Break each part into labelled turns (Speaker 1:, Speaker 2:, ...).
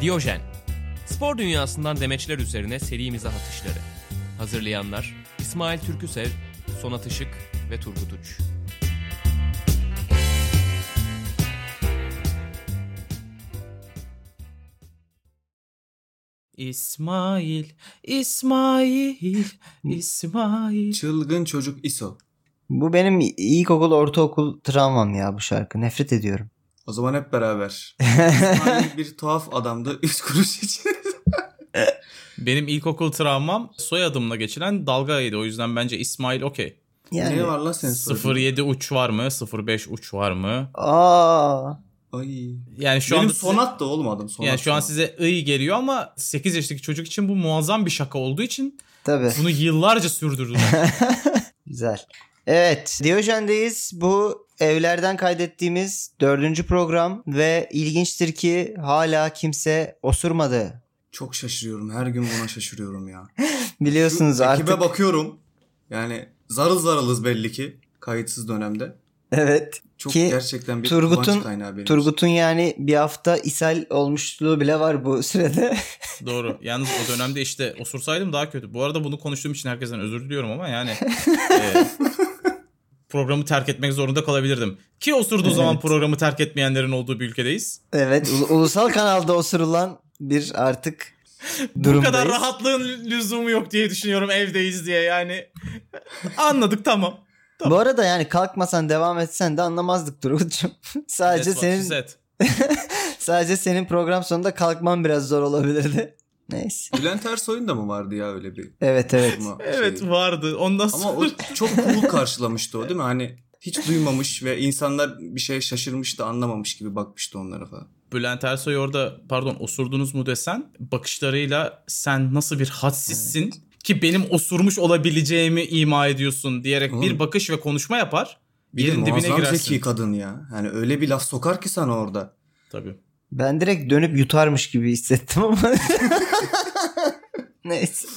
Speaker 1: Diyojen. Spor dünyasından demeçler üzerine serimize atışları. Hazırlayanlar İsmail Türküsev, Sonat Işık ve Turgut Uç.
Speaker 2: İsmail, İsmail, İsmail.
Speaker 3: Çılgın çocuk ISO.
Speaker 4: Bu benim ilkokul, ortaokul travmam ya bu şarkı. Nefret ediyorum.
Speaker 3: O zaman hep beraber. İsmail bir tuhaf adamdı 3 kuruş için.
Speaker 2: Benim ilkokul travmam soyadımla geçilen dalgaydı. O yüzden bence İsmail okey.
Speaker 4: Yani.
Speaker 3: ne var lan senin soyadın?
Speaker 2: 07 uç var mı? 05 uç var mı?
Speaker 4: Aa.
Speaker 3: Ay.
Speaker 2: Yani şu
Speaker 3: Benim
Speaker 2: anda size,
Speaker 3: sonat da oğlum adım sonat.
Speaker 2: yani şu an
Speaker 3: sonat.
Speaker 2: size iyi geliyor ama 8 yaşındaki çocuk için bu muazzam bir şaka olduğu için
Speaker 4: Tabii.
Speaker 2: bunu yıllarca sürdürdüler.
Speaker 4: Güzel. Evet, Diyojen'deyiz. Bu evlerden kaydettiğimiz dördüncü program ve ilginçtir ki hala kimse osurmadı.
Speaker 3: Çok şaşırıyorum. Her gün buna şaşırıyorum ya.
Speaker 4: Biliyorsunuz
Speaker 3: Şu
Speaker 4: artık.
Speaker 3: Ekibe bakıyorum. Yani zarıl zarılız belli ki kayıtsız dönemde.
Speaker 4: Evet.
Speaker 3: Çok
Speaker 4: Ki
Speaker 3: gerçekten bir
Speaker 4: Turgut'un-
Speaker 3: kulaç kaynağı benim.
Speaker 4: Turgut'un yani bir hafta ishal olmuşluğu bile var bu sürede.
Speaker 2: Doğru. Yalnız o dönemde işte osursaydım daha kötü. Bu arada bunu konuştuğum için herkesten özür diliyorum ama yani e, programı terk etmek zorunda kalabilirdim. Ki osurduğu zaman
Speaker 4: Evet.
Speaker 2: programı terk etmeyenlerin olduğu bir ülkedeyiz.
Speaker 4: evet, ulu- ulusal kanalda osurulan bir artık
Speaker 2: Bu
Speaker 4: durumdayız.
Speaker 2: kadar rahatlığın lüzumu yok diye düşünüyorum evdeyiz diye yani. Anladık tamam.
Speaker 4: Bu arada yani kalkmasan devam etsen de anlamazdık Turgut'cum. sadece
Speaker 2: That's what she
Speaker 4: senin
Speaker 2: said.
Speaker 4: sadece senin program sonunda kalkman biraz zor olabilirdi. Neyse.
Speaker 3: Bülent Ersoy'un da mı vardı ya öyle bir
Speaker 4: Evet evet.
Speaker 3: durma
Speaker 2: Evet
Speaker 3: şeyi?
Speaker 2: vardı. Ondan sonra
Speaker 3: Ama o çok cool karşılamıştı o değil mi? Hani hiç duymamış ve insanlar bir şeye şaşırmış da anlamamış gibi bakmıştı onlara falan.
Speaker 2: Bülent Ersoy orada pardon osurdunuz mu desen bakışlarıyla sen nasıl bir hadsizsin ki benim osurmuş olabileceğimi ima ediyorsun diyerek
Speaker 3: Oğlum.
Speaker 2: bir bakış ve konuşma yapar.
Speaker 3: Bir de
Speaker 2: yerin dibine
Speaker 3: muazzam
Speaker 2: girersin.
Speaker 3: zeki kadın ya. Hani öyle bir laf sokar ki sana orada.
Speaker 2: Tabii.
Speaker 4: Ben direkt dönüp yutarmış gibi hissettim ama. Neyse.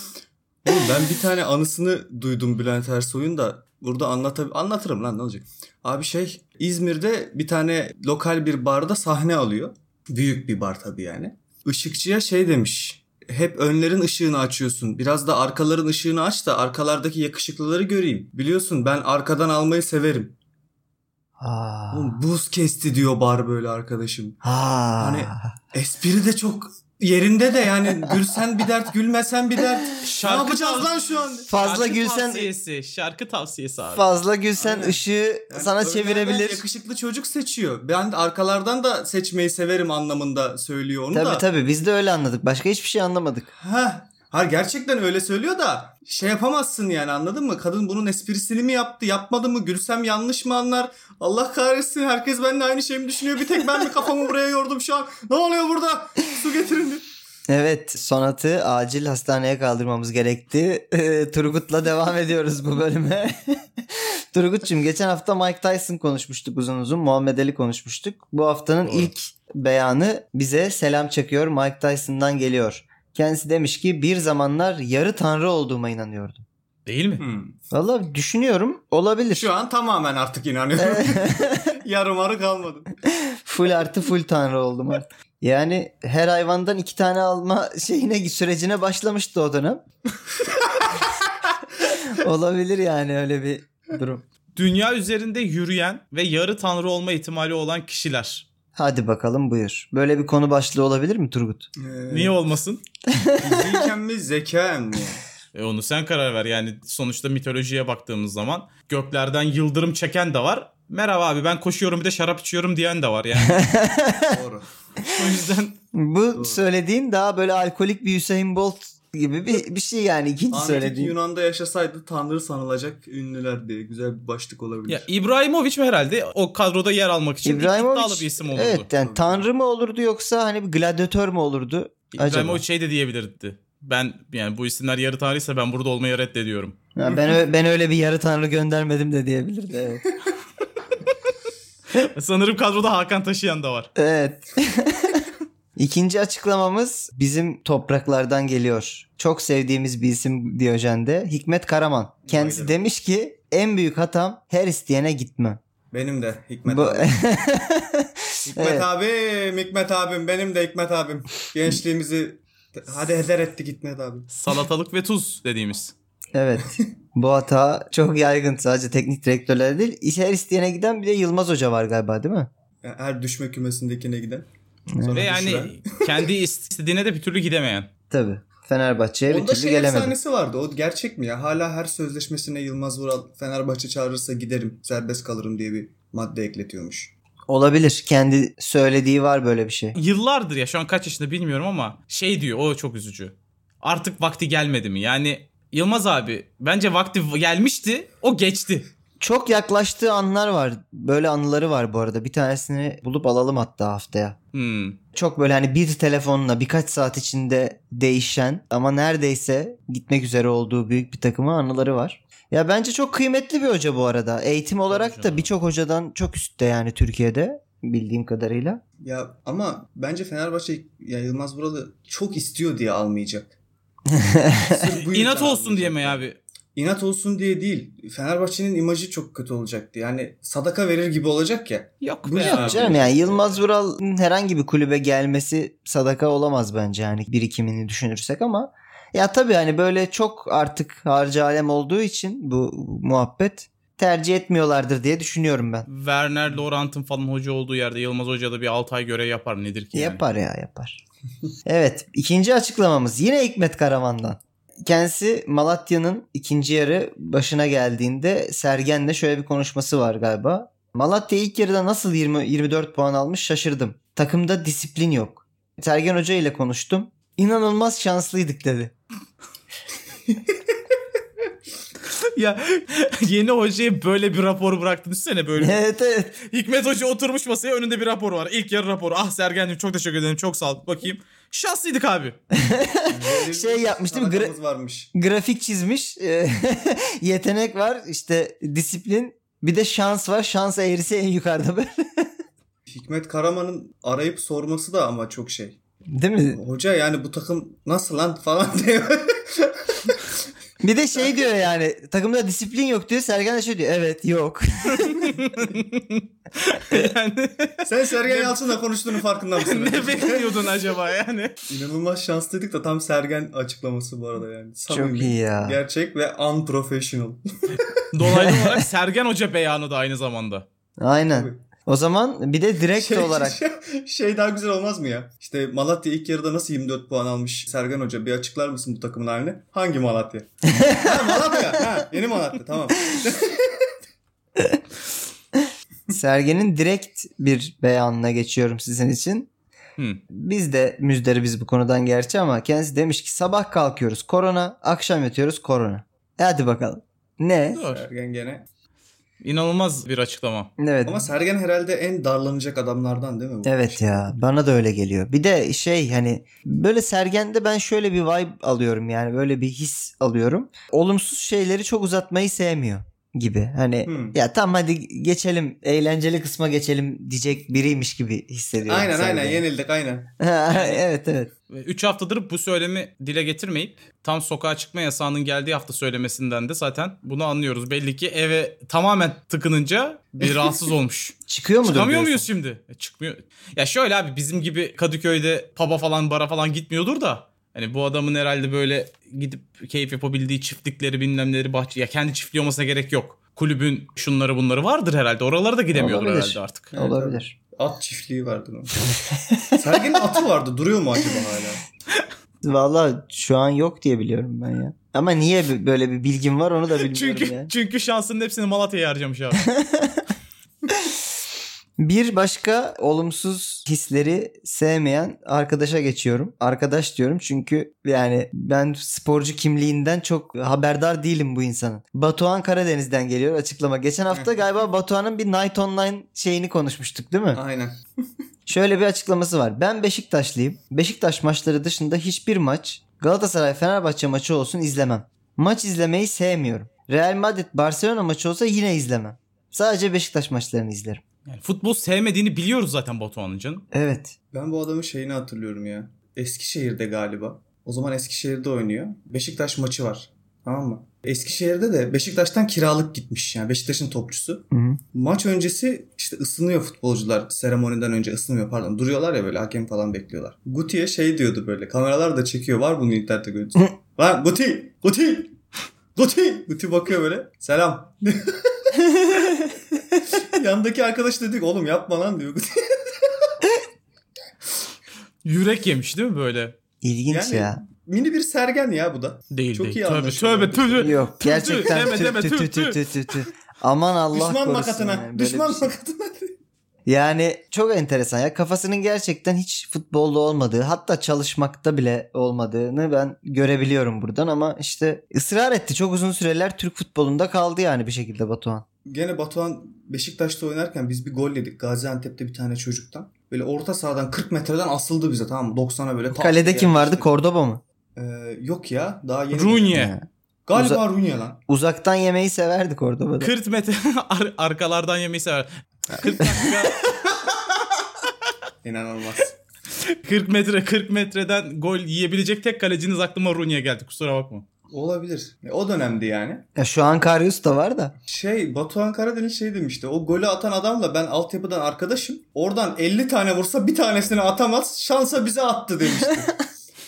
Speaker 3: Oğlum ben bir tane anısını duydum Bülent Ersoy'un da burada anlatab anlatırım lan ne olacak. Abi şey İzmir'de bir tane lokal bir barda sahne alıyor. Büyük bir bar tabii yani. Işıkçıya şey demiş. Hep önlerin ışığını açıyorsun. Biraz da arkaların ışığını aç da arkalardaki yakışıklıları göreyim. Biliyorsun ben arkadan almayı severim.
Speaker 4: Aa.
Speaker 3: Oğlum buz kesti diyor bar böyle arkadaşım.
Speaker 4: Aa.
Speaker 3: Hani- Espri de çok yerinde de yani gülsen bir dert gülmesen bir dert.
Speaker 2: Şarkı
Speaker 3: ne yapacağız
Speaker 2: tarzı-
Speaker 3: lan şu an?
Speaker 4: fazla
Speaker 2: şarkı
Speaker 4: gülsen
Speaker 2: tavsiyesi, şarkı tavsiyesi abi.
Speaker 4: fazla gülsen
Speaker 3: Aynen.
Speaker 4: ışığı
Speaker 3: Yani
Speaker 4: sana
Speaker 3: örneğin
Speaker 4: çevirebilir.
Speaker 3: ben Yakışıklı çocuk seçiyor. Ben de arkalardan da seçmeyi severim anlamında söylüyor onu
Speaker 4: Tabii
Speaker 3: da.
Speaker 4: tabii biz de öyle anladık. Başka hiçbir şey anlamadık.
Speaker 3: Heh. Hayır gerçekten öyle söylüyor da şey yapamazsın yani anladın mı? Kadın bunun esprisini mi yaptı yapmadı mı gülsem yanlış mı anlar? Allah kahretsin herkes benimle aynı şeyi mi düşünüyor? Bir tek ben mi kafamı buraya yordum şu an? Ne oluyor burada? Su getirin.
Speaker 4: Evet sonatı acil hastaneye kaldırmamız gerekti. Ee, Turgut'la devam ediyoruz bu bölüme. Turgut'cum geçen hafta Mike Tyson konuşmuştuk uzun uzun. Muhammed Ali konuşmuştuk. Bu haftanın
Speaker 2: Doğru.
Speaker 4: ilk beyanı bize selam çakıyor Mike Tyson'dan geliyor. Kendisi demiş ki bir zamanlar yarı tanrı olduğuma inanıyordum.
Speaker 2: Değil mi?
Speaker 3: Hmm.
Speaker 4: Valla düşünüyorum olabilir.
Speaker 3: Şu an tamamen artık inanıyorum. Yarım arı kalmadı.
Speaker 4: full artı full tanrı oldum artık. Yani her hayvandan iki tane alma şeyine sürecine başlamıştı o dönem. Olabilir yani öyle bir durum.
Speaker 2: Dünya üzerinde yürüyen ve yarı tanrı olma ihtimali olan kişiler.
Speaker 4: Hadi bakalım buyur. Böyle bir konu başlığı olabilir mi Turgut?
Speaker 2: Niye olmasın?
Speaker 3: Fiziken Ee, mi zekaen mi?
Speaker 2: E onu sen karar ver. Yani sonuçta mitolojiye baktığımız zaman göklerden yıldırım çeken de var. Merhaba abi ben koşuyorum bir de şarap içiyorum diyen de var yani.
Speaker 3: Doğru.
Speaker 2: o yüzden
Speaker 4: Bu
Speaker 3: Doğru.
Speaker 4: söylediğin daha böyle alkolik bir Hüseyin Bolt gibi bir, bir şey yani ikinci
Speaker 3: Antik
Speaker 4: söylediğin.
Speaker 3: Yunan'da yaşasaydı tanrı sanılacak ünlüler diye güzel bir başlık olabilir.
Speaker 2: ya İbrahimovic herhalde o kadroda yer almak için
Speaker 4: İbrahimovic-
Speaker 2: iddialı bir isim olurdu.
Speaker 4: Evet yani tanrı mı olurdu yoksa hani bir gladyatör mü olurdu?
Speaker 2: İbrahimovic
Speaker 4: acaba?
Speaker 2: şey de diyebilirdi. Ben yani bu isimler yarı tanrıysa ben burada olmayı reddediyorum.
Speaker 4: Ya ben, ö- ben öyle bir yarı tanrı göndermedim de diyebilirdi. Evet.
Speaker 2: Sanırım kadroda Hakan Taşıyan da var.
Speaker 4: Evet. İkinci açıklamamız bizim topraklardan geliyor. Çok sevdiğimiz bir isim Diyojen'de Hikmet Karaman. Kendisi
Speaker 3: Aynen.
Speaker 4: demiş ki en büyük hatam her isteyene gitmem.
Speaker 3: Benim de Hikmet
Speaker 4: Bu-
Speaker 3: abi. Hikmet
Speaker 4: Evet.
Speaker 3: abim, Hikmet abim, benim de Hikmet abim. Gençliğimizi hadi heder etti Hikmet abi.
Speaker 2: Salatalık ve tuz dediğimiz.
Speaker 4: evet. Bu hata çok yaygın sadece teknik direktörlere değil. İş- Her isteyene giden bir de Yılmaz Hoca var galiba değil mi?
Speaker 3: Yani Her düşme kümesindekine giden.
Speaker 2: Ve
Speaker 3: Sonra düşüren.
Speaker 2: yani kendi istediğine de bir türlü gidemeyen.
Speaker 4: Tabii. Fenerbahçe'ye bir
Speaker 3: Onda
Speaker 4: türlü
Speaker 3: şey
Speaker 4: gelemedi.
Speaker 3: efsanesi vardı. O gerçek mi ya? Hala her sözleşmesine Yılmaz Vural Fenerbahçe çağırırsa giderim, serbest kalırım diye bir madde ekletiyormuş.
Speaker 4: Olabilir. Kendi söylediği var böyle bir şey.
Speaker 2: Yıllardır ya şu an kaç yaşında bilmiyorum ama şey diyor o çok üzücü. Artık vakti gelmedi mi? Yani Yılmaz abi bence vakti gelmişti o geçti.
Speaker 4: Çok yaklaştığı anlar var. Böyle anıları var bu arada. Bir tanesini bulup alalım hatta haftaya.
Speaker 2: Hmm.
Speaker 4: Çok böyle hani bir telefonla birkaç saat içinde değişen ama neredeyse gitmek üzere olduğu büyük bir takıma anıları var. Ya bence çok kıymetli bir hoca bu arada. Eğitim olarak da
Speaker 2: canım.
Speaker 4: birçok hocadan çok üstte yani Türkiye'de bildiğim kadarıyla.
Speaker 3: Ya ama bence Fenerbahçe ya Yılmaz Vural'ı çok istiyor diye almayacak. Sırf bu yüzden
Speaker 2: İnat olsun diye
Speaker 3: almayacak.
Speaker 2: mi abi?
Speaker 3: İnat olsun diye değil. Fenerbahçe'nin imajı çok kötü olacaktı. Yani sadaka verir gibi olacak ya.
Speaker 2: Yok
Speaker 3: Bu
Speaker 2: be
Speaker 3: ne
Speaker 2: abi.
Speaker 3: abi?
Speaker 4: Canım yani Yılmaz Vural'ın herhangi bir kulübe gelmesi sadaka olamaz bence yani birikimini düşünürsek ama ya tabii hani böyle çok artık harcı alem olduğu için bu muhabbet tercih etmiyorlardır diye düşünüyorum ben.
Speaker 2: Werner Laurent'ın falan hoca olduğu yerde Yılmaz Hoca da bir 6 ay görev yapar nedir ki yani?
Speaker 4: Yapar ya yapar. evet ikinci açıklamamız yine Hikmet Karaman'dan. Kendisi Malatya'nın ikinci yarı başına geldiğinde Sergen'le şöyle bir konuşması var galiba. Malatya ilk yarıda nasıl 20 24 puan almış şaşırdım. Takımda disiplin yok. Sergen Hoca ile konuştum. İnanılmaz şanslıydık dedi.
Speaker 2: ya yeni hocaya böyle bir rapor bıraktın sene böyle.
Speaker 4: evet evet.
Speaker 2: Hikmet Hoca oturmuş masaya önünde bir rapor var. İlk yarı raporu. Ah Sergen'cim çok teşekkür ederim. Çok sağ ol. Bakayım. Şanslıydık abi.
Speaker 3: Böyle bir
Speaker 4: Şey yapmış değil mi?
Speaker 3: sadakamız varmış.
Speaker 4: Grafik çizmiş. Yetenek var. işte disiplin. Bir de şans var. Şans eğrisi en yukarıda böyle.
Speaker 3: Hikmet Karaman'ın arayıp sorması da ama çok şey.
Speaker 4: Değil mi?
Speaker 3: Hoca yani bu takım nasıl lan falan diyor.
Speaker 4: Bir de şey diyor yani takımda disiplin yok diyor. Sergen de şey diyor. Evet yok.
Speaker 2: yani
Speaker 3: Sen Sergen Yalçın'la konuştuğunun farkında mısın?
Speaker 2: ne bekliyordun acaba yani?
Speaker 3: İnanılmaz şanslıydık da tam Sergen açıklaması bu arada yani.
Speaker 4: Çok
Speaker 3: Samimi,
Speaker 4: iyi ya.
Speaker 3: Gerçek ve unprofessional.
Speaker 2: Dolaylı olarak Sergen Hoca beyanı da aynı zamanda.
Speaker 4: Aynen. O zaman bir de direkt
Speaker 3: şey,
Speaker 4: olarak
Speaker 3: Şey, şey daha güzel olmaz mı ya? İşte Malatya ilk yarıda nasıl 24 puan almış Sergen Hoca? Bir açıklar mısın bu takımın halini? Hangi Malatya? ha Malatya. Ha, yeni Malatya tamam.
Speaker 4: Sergen'in direkt bir beyanına geçiyorum sizin için.
Speaker 2: Hmm.
Speaker 4: Biz de müzdaribiz bu konudan gerçi ama kendisi demiş ki sabah kalkıyoruz korona, akşam yatıyoruz korona. E Hadi bakalım. Ne?
Speaker 2: Doğru.
Speaker 3: Sergen gene.
Speaker 2: İnanılmaz bir açıklama.
Speaker 4: Evet.
Speaker 3: Ama Sergen herhalde en darlanacak adamlardan değil mi? bu?
Speaker 4: Evet ya bana da öyle geliyor. Bir de şey hani böyle sergende ben şöyle bir vibe alıyorum yani böyle bir his alıyorum. Olumsuz şeyleri çok uzatmayı sevmiyor gibi. Hani
Speaker 3: Hmm.
Speaker 4: ya tamam hadi geçelim eğlenceli kısma geçelim diyecek biriymiş gibi hissediyorum.
Speaker 3: Aynen
Speaker 4: sergen.
Speaker 3: aynen yenildik aynen.
Speaker 4: evet evet.
Speaker 2: 3 haftadır bu söylemi dile getirmeyip tam sokağa çıkma yasağının geldiği hafta söylemesinden de zaten bunu anlıyoruz. Belli ki eve tamamen tıkınınca bir rahatsız olmuş.
Speaker 4: Çıkıyor mu?
Speaker 2: Çıkamıyor muyuz şimdi? E, çıkmıyor. Ya şöyle abi bizim gibi Kadıköy'de pub'a falan bara falan gitmiyordur da. Hani bu adamın herhalde böyle gidip keyif yapabildiği çiftlikleri bilmem neleri bahçe. Ya kendi çiftliği olmasına gerek yok. Kulübün şunları bunları vardır herhalde. Oralara da gidemiyordur
Speaker 4: Olabilir.
Speaker 2: herhalde artık.
Speaker 3: Evet,
Speaker 4: Olabilir.
Speaker 3: At çiftliği vardı. lan. Sergen'in atı vardı. Duruyor mu acaba hala?
Speaker 4: Valla şu an yok diye biliyorum ben ya. Ama niye b- böyle bir bilgim var onu da bilmiyorum
Speaker 2: Çünkü
Speaker 4: ya.
Speaker 2: çünkü şansının hepsini Malatya'ya harcamış abi.
Speaker 4: Bir başka olumsuz hisleri sevmeyen arkadaşa geçiyorum. Arkadaş diyorum çünkü yani ben sporcu kimliğinden çok haberdar değilim bu insanın. Batuhan Karadeniz'den geliyor açıklama. Geçen hafta galiba Batuhan'ın bir Night Online şeyini konuşmuştuk değil mi?
Speaker 3: Aynen.
Speaker 4: Şöyle bir açıklaması var. Ben Beşiktaşlıyım. Beşiktaş maçları dışında hiçbir maç Galatasaray Fenerbahçe maçı olsun izlemem. Maç izlemeyi sevmiyorum. Real Madrid Barcelona maçı olsa yine izlemem. Sadece Beşiktaş maçlarını izlerim.
Speaker 2: Yani futbol sevmediğini biliyoruz zaten Batuhan'ın canım.
Speaker 4: Evet.
Speaker 3: Ben bu adamın şeyini hatırlıyorum ya. Eskişehir'de galiba. O zaman Eskişehir'de oynuyor. Beşiktaş maçı var. Tamam mı? Eskişehir'de de Beşiktaş'tan kiralık gitmiş yani Beşiktaş'ın topçusu.
Speaker 4: Hı hı.
Speaker 3: Maç öncesi işte ısınıyor futbolcular seremoniden önce ısınmıyor pardon duruyorlar ya böyle hakem falan bekliyorlar. Guti'ye şey diyordu böyle kameralar da çekiyor var bunu internette görüntüsü. Lan Guti! Guti! Guti! Guti bakıyor böyle selam. Yandaki arkadaş dedi ki oğlum yapma lan diyor. Guti.
Speaker 2: Yürek yemiş değil mi böyle?
Speaker 4: İlginç
Speaker 3: Yani-
Speaker 4: ya.
Speaker 3: Mini bir sergen ya bu da.
Speaker 2: Değil
Speaker 3: Çok
Speaker 2: değil.
Speaker 3: iyi
Speaker 2: tövbe
Speaker 3: anlaşılıyor.
Speaker 2: tövbe tövbe.
Speaker 4: Yok
Speaker 2: tü,
Speaker 4: gerçekten
Speaker 2: deme,
Speaker 4: tü
Speaker 2: deme,
Speaker 4: tü
Speaker 2: tü,
Speaker 4: tü tü tü tü tü. Aman Allah
Speaker 3: Düşman
Speaker 4: korusun.
Speaker 3: makatına.
Speaker 4: yani, böyle
Speaker 3: Düşman
Speaker 4: bir şey.
Speaker 3: makatına.
Speaker 4: Yani çok enteresan ya kafasının gerçekten hiç futbolda olmadığı hatta çalışmakta bile olmadığını ben görebiliyorum buradan ama işte ısrar etti çok uzun süreler Türk futbolunda kaldı yani bir şekilde Batuhan.
Speaker 3: Gene Batuhan Beşiktaş'ta oynarken biz bir gol yedik Gaziantep'te bir tane çocuktan. Böyle orta sahadan 40 metreden asıldı bize tamam mı? 90'a böyle. pat
Speaker 4: Kalede
Speaker 3: diye
Speaker 4: kim vardı
Speaker 3: atmıştı.
Speaker 4: Cordoba mı?
Speaker 3: Ee, yok ya daha yeni.
Speaker 2: Runye.
Speaker 3: Galiba Runye lan.
Speaker 4: Uzaktan yemeyi severdi Cordoba'da.
Speaker 2: 40 metre ar- arkalardan yemeyi sever. 40 dakika,
Speaker 3: İnanılmaz.
Speaker 2: 40 metre 40 metreden gol yiyebilecek tek kaleciniz aklıma Runye geldi. Kusura bakma.
Speaker 3: Olabilir. E, O dönemdi yani.
Speaker 4: Ya şu an Karius da var da.
Speaker 3: Şey Batuhan Karadeniz şey demişti. O golü atan adamla ben altyapıdan arkadaşım. Oradan 50 tane vursa bir tanesini atamaz. Şansa bize attı demişti.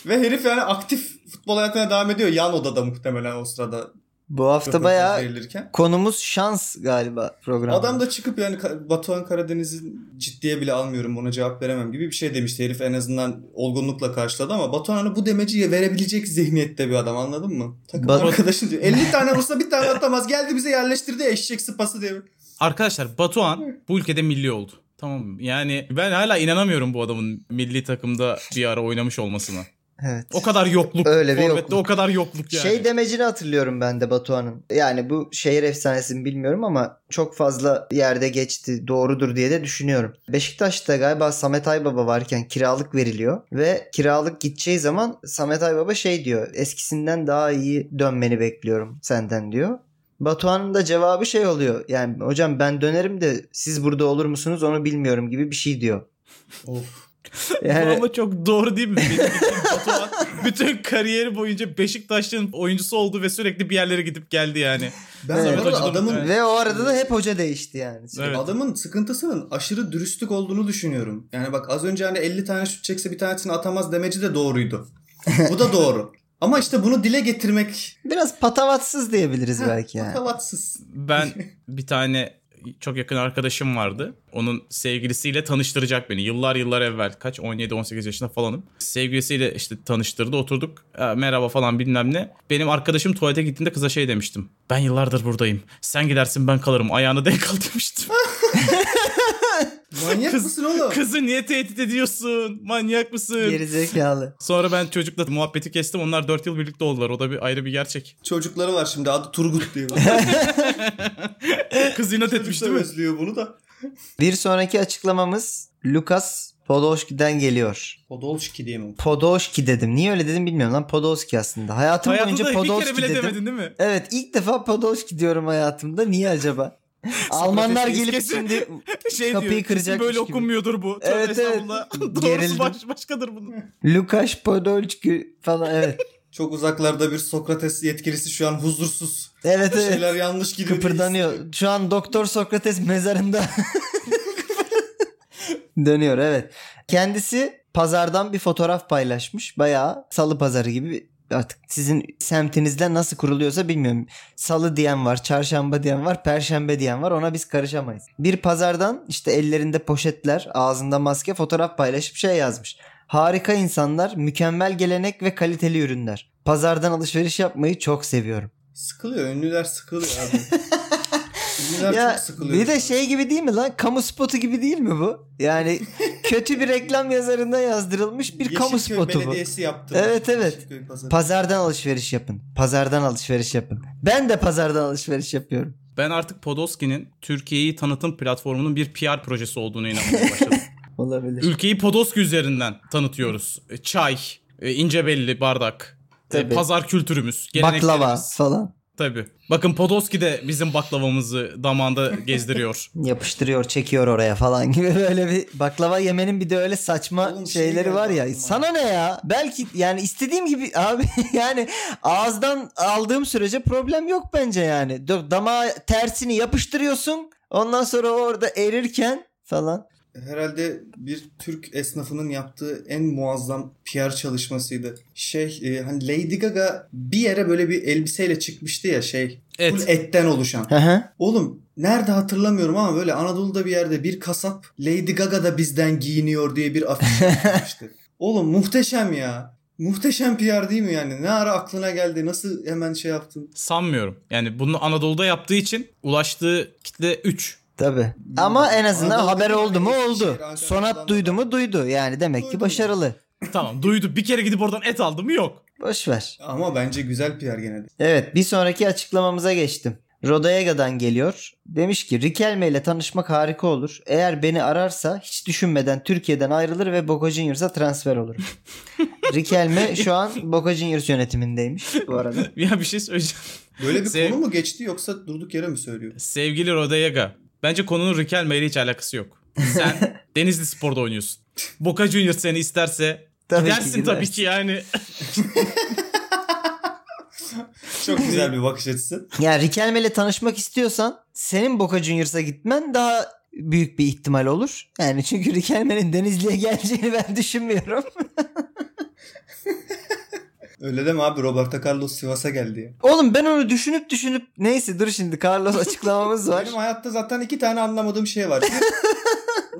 Speaker 3: Ve herif yani aktif futbol hayatına devam ediyor. Yan odada muhtemelen o sırada.
Speaker 4: Bu hafta
Speaker 3: röportaj
Speaker 4: bayağı
Speaker 3: verilirken.
Speaker 4: konumuz şans galiba programda.
Speaker 3: Adam da çıkıp yani Ka- Batuhan Karadeniz'in ciddiye bile almıyorum ona cevap veremem gibi bir şey demişti. Herif en azından olgunlukla karşıladı ama Batuhan'ı bu demeciye verebilecek zihniyette bir adam anladın mı? Takım
Speaker 4: Bat-
Speaker 3: arkadaşın diyor. 50 tane vursa bir tane atamaz. Geldi bize yerleştirdi eşek sıpası diye.
Speaker 2: Arkadaşlar Batuhan bu ülkede milli oldu. Tamam mı? Yani ben hala inanamıyorum bu adamın milli takımda bir ara oynamış olmasına.
Speaker 4: Evet.
Speaker 2: O kadar yokluk.
Speaker 4: Öyle bir
Speaker 2: Forvet'te
Speaker 4: yokluk.
Speaker 2: o kadar yokluk yani.
Speaker 4: Şey demecini hatırlıyorum ben de Batuhan'ın. Yani bu şehir efsanesini bilmiyorum ama çok fazla yerde geçti doğrudur diye de düşünüyorum. Beşiktaş'ta galiba Samet Aybaba varken kiralık veriliyor ve kiralık gideceği zaman Samet Aybaba şey diyor eskisinden daha iyi dönmeni bekliyorum senden diyor. Batuhan'ın da cevabı şey oluyor yani hocam ben dönerim de siz burada olur musunuz onu bilmiyorum gibi bir şey diyor.
Speaker 3: Of.
Speaker 2: Bu
Speaker 4: Yani
Speaker 2: ama çok doğru değil mi? Benim için Batuhan bütün kariyeri boyunca Beşiktaş'ın oyuncusu oldu ve sürekli bir yerlere gidip geldi yani.
Speaker 3: Ben bu
Speaker 4: Evet.
Speaker 3: arada adamın
Speaker 2: Evet.
Speaker 4: ve o arada da hep hoca değişti yani.
Speaker 2: Evet.
Speaker 3: Adamın sıkıntısının aşırı dürüstlük olduğunu düşünüyorum. Yani bak az önce hani 50 tane şut çekse bir tanesini atamaz demeci de doğruydu. Bu da doğru. Ama işte bunu dile getirmek
Speaker 4: Biraz patavatsız diyebiliriz belki yani.
Speaker 3: patavatsız.
Speaker 2: Ben bir tane çok yakın arkadaşım vardı. Onun sevgilisiyle tanıştıracak beni. Yıllar yıllar evvel kaç 17-18 yaşında falanım. Sevgilisiyle işte tanıştırdı oturduk. "Ha, merhaba falan bilmem ne. Benim arkadaşım tuvalete gittiğinde kıza şey demiştim. Ben yıllardır buradayım. Sen gidersin ben kalırım. Ayağını denk al demiştim.
Speaker 3: Manyak
Speaker 2: Kız-
Speaker 3: mısın oğlum?
Speaker 2: Kızı niye tehdit ediyorsun? Manyak mısın?
Speaker 4: Gerizekalı.
Speaker 2: Sonra ben çocukla muhabbeti kestim. Onlar 4 yıl birlikte oldular. O da bir ayrı bir gerçek.
Speaker 3: Çocukları var şimdi adı Turgut diyor.
Speaker 2: Kız inat etmiş
Speaker 3: Çocuklar
Speaker 2: değil mi?
Speaker 3: özlüyor bunu da.
Speaker 4: Bir sonraki açıklamamız Lukas Podolski'den geliyor.
Speaker 3: Podolski diye mi?
Speaker 4: Podolski dedim. Niye öyle dedim bilmiyorum lan. Podolski aslında. Hayatım
Speaker 2: Hayatında
Speaker 4: boyunca
Speaker 2: bir kere
Speaker 4: Podolski
Speaker 2: bile
Speaker 4: dedim.
Speaker 2: demedin değil mi?
Speaker 4: Evet ilk defa Podolski diyorum hayatımda. Niye acaba? Almanlar
Speaker 2: Sokrates
Speaker 4: gelip
Speaker 2: kesin-
Speaker 4: şimdi
Speaker 2: şey
Speaker 4: Kapıyı
Speaker 2: diyor, kesin
Speaker 4: kıracakmış
Speaker 2: böyle
Speaker 4: gibi.
Speaker 2: okunmuyordur bu. Tövbe
Speaker 4: Evet, evet.
Speaker 2: estağfurullah. Doğrusu
Speaker 4: Gerildim.
Speaker 2: baş, başkadır bunun.
Speaker 4: Lukas Podolski falan evet.
Speaker 3: Çok uzaklarda bir Sokrates yetkilisi şu an huzursuz.
Speaker 4: Evet
Speaker 3: Bir
Speaker 4: evet.
Speaker 3: şeyler yanlış gidiyor.
Speaker 4: Kıpırdanıyor. Şu an Doktor Sokrates mezarında. Dönüyor evet. Kendisi pazardan bir fotoğraf paylaşmış. Bayağı salı pazarı gibi artık sizin semtinizde nasıl kuruluyorsa bilmiyorum. Salı diyen var, çarşamba diyen var, perşembe diyen var. Ona biz karışamayız. Bir pazardan işte ellerinde poşetler, ağzında maske fotoğraf paylaşıp şey yazmış. Harika insanlar, mükemmel gelenek ve kaliteli ürünler. Pazardan alışveriş yapmayı çok seviyorum.
Speaker 3: Sıkılıyor. Ünlüler sıkılıyor abi. Ünlüler çok sıkılıyor.
Speaker 4: Bir de şey gibi değil mi lan? Kamu spotu gibi değil mi bu? Yani kötü bir reklam yazarına yazdırılmış bir kamu
Speaker 3: Yeşilköy
Speaker 4: spotu bu.
Speaker 3: Belediyesi yaptı.
Speaker 4: Evet, evet.
Speaker 3: Yeşilköy pazarı.
Speaker 4: Pazardan alışveriş yapın. Pazardan alışveriş yapın. Ben de pazardan alışveriş yapıyorum.
Speaker 2: Ben artık Podolski'nin Türkiye'yi tanıtım platformunun bir PR projesi olduğunu inanmaya başladım.
Speaker 4: Olabilir.
Speaker 2: Ülkeyi Podolski üzerinden tanıtıyoruz. E, Çay, e, ince belli bardak, e,
Speaker 4: Tabii.
Speaker 2: pazar kültürümüz,
Speaker 4: Baklava
Speaker 2: geleneklerimiz.
Speaker 4: falan.
Speaker 2: Tabii. Bakın Podolski de bizim baklavamızı damağında gezdiriyor.
Speaker 4: Yapıştırıyor, çekiyor oraya falan gibi böyle bir baklava yemenin bir de öyle saçma
Speaker 3: Oğlum şey
Speaker 4: şeyleri
Speaker 3: geldi
Speaker 4: var ya.
Speaker 3: aklıma.
Speaker 4: Sana ne ya? Belki yani istediğim gibi abi yani ağızdan aldığım sürece problem yok bence yani. Dö- Damağa tersini yapıştırıyorsun. Ondan sonra orada erirken falan.
Speaker 3: Herhalde bir Türk esnafının yaptığı en muazzam PR çalışmasıydı. Şey e, hani Lady Gaga bir yere böyle bir elbiseyle çıkmıştı ya şey.
Speaker 2: Et.
Speaker 3: Full etten oluşan.
Speaker 4: Hı hı.
Speaker 3: Oğlum nerede hatırlamıyorum ama böyle Anadolu'da bir yerde bir kasap Lady Gaga da bizden giyiniyor diye bir afiş yapmıştı. Oğlum muhteşem ya. Muhteşem PR değil mi yani? Ne ara aklına geldi? Nasıl hemen şey yaptın?
Speaker 2: Sanmıyorum. Yani bunu Anadolu'da yaptığı için ulaştığı kitle 3.
Speaker 4: Tabii. Ama en azından
Speaker 3: Anadolu'da
Speaker 4: haber
Speaker 3: bir şey,
Speaker 4: oldu mu
Speaker 3: Eskişehir,
Speaker 4: oldu.
Speaker 3: Ankara'dan
Speaker 4: Sonat
Speaker 3: da-
Speaker 4: duydu mu duydu. Yani demek
Speaker 3: Duydu
Speaker 4: ki
Speaker 3: mu?
Speaker 4: başarılı.
Speaker 2: tamam duydu. Bir kere gidip oradan et aldı mı yok.
Speaker 4: Boş ver.
Speaker 3: Ama bence güzel PR gene de.
Speaker 4: Evet bir sonraki açıklamamıza geçtim. Rodayaga'dan geliyor. Demiş ki Riquelme ile tanışmak harika olur. Eğer beni ararsa hiç düşünmeden Türkiye'den ayrılır ve Boca Juniors'a transfer olurum. Riquelme şu an Boca Juniors yönetimindeymiş bu arada.
Speaker 2: Ya bir şey söyleyeceğim.
Speaker 3: Böyle bir
Speaker 2: Sev-
Speaker 3: konu mu geçti yoksa durduk yere mi söylüyor?
Speaker 2: Sevgili Rodayaga. Bence konunun Riquelme ile hiç alakası yok. Sen Denizli Spor'da oynuyorsun. Boca Juniors seni isterse
Speaker 4: Tabii ki
Speaker 2: gidersin
Speaker 4: gider.
Speaker 2: tabii ki yani.
Speaker 3: Çok güzel bir bakış açısı.
Speaker 4: Yani Riquelme ile tanışmak istiyorsan senin Boca Juniors'a gitmen daha büyük bir ihtimal olur. Yani çünkü Riquelme'nin Denizli'ye geleceğini ben düşünmüyorum.
Speaker 3: Öyle deme abi Roberto Carlos Sivas'a geldi ya.
Speaker 4: Oğlum ben onu düşünüp düşünüp neyse dur şimdi Carlos açıklamamız var.
Speaker 3: Benim hayatta zaten iki tane anlamadığım şey var. Bir,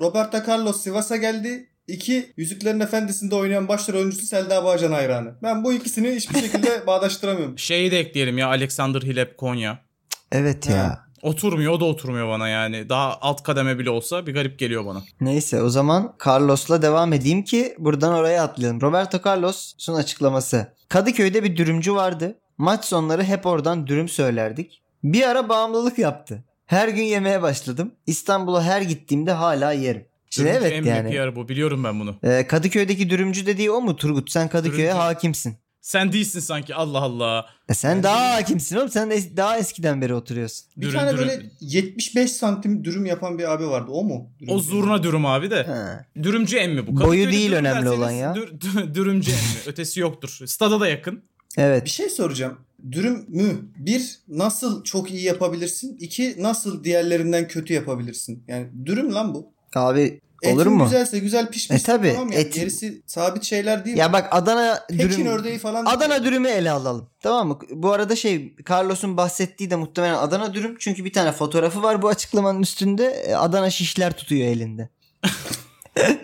Speaker 3: Roberto Carlos Sivas'a geldi. İki, Yüzüklerin Efendisi'nde oynayan başrol oyuncusu Selda Bağcan hayranı. Ben bu ikisini hiçbir şekilde bağdaştıramıyorum.
Speaker 2: Şeyi de ekleyelim ya Alexander Hilep Konya.
Speaker 4: Evet ya.
Speaker 2: Oturmuyor o da oturmuyor bana yani. Daha alt kademe bile olsa bir garip geliyor bana.
Speaker 4: Neyse o zaman Carlos'la devam edeyim ki buradan oraya atlayalım. Roberto Carlos'un açıklaması. Kadıköy'de bir dürümcü vardı. Maç sonları hep oradan dürüm söylerdik. Bir ara bağımlılık yaptı. Her gün yemeye başladım. İstanbul'a her gittiğimde hala yerim. Şimdi
Speaker 2: Dürümcü en
Speaker 4: evet
Speaker 2: büyük
Speaker 4: yani.
Speaker 2: yarı bu biliyorum ben bunu.
Speaker 4: Ee, Kadıköy'deki dürümcü dediği o mu Turgut? Sen Kadıköy'e
Speaker 2: Dürümcü.
Speaker 4: hakimsin.
Speaker 2: Sen değilsin sanki Allah Allah.
Speaker 4: E sen daha hakimsin oğlum. Sen es- daha eskiden beri oturuyorsun.
Speaker 3: Bir
Speaker 2: Dürüm,
Speaker 3: tane
Speaker 2: dürüm.
Speaker 3: böyle 75 santim dürüm yapan bir abi vardı. O mu? Dürüm
Speaker 2: O zurna dürüm abi de.
Speaker 4: Ha.
Speaker 2: Dürümcü emmi bu.
Speaker 4: Boyu
Speaker 2: Kadıköy'de
Speaker 4: değil
Speaker 2: dürüm
Speaker 4: önemli
Speaker 2: derseniz
Speaker 4: olan ya.
Speaker 2: dür- dür- dürümcü emmi. Ötesi yoktur. Stada da yakın.
Speaker 3: Bir
Speaker 4: Evet.
Speaker 3: şey soracağım. Dürüm mü? Bir, nasıl çok iyi yapabilirsin? İki, nasıl diğerlerinden kötü yapabilirsin? Yani dürüm lan bu.
Speaker 4: Abi
Speaker 3: Etin
Speaker 4: olur mu?
Speaker 3: güzelse güzel pişmiş.
Speaker 4: E tabii,
Speaker 3: Tamam ya.
Speaker 4: et-
Speaker 3: Gerisi sabit şeyler değil
Speaker 4: Ya
Speaker 3: mi?
Speaker 4: bak Adana
Speaker 3: Pekin
Speaker 4: dürüm.
Speaker 3: ördeği falan.
Speaker 4: Adana dürümü ele alalım. Tamam mı? Bu arada şey Carlos'un bahsettiği de muhtemelen Adana dürüm. Çünkü bir tane fotoğrafı var bu açıklamanın üstünde. E, Adana şişler tutuyor elinde.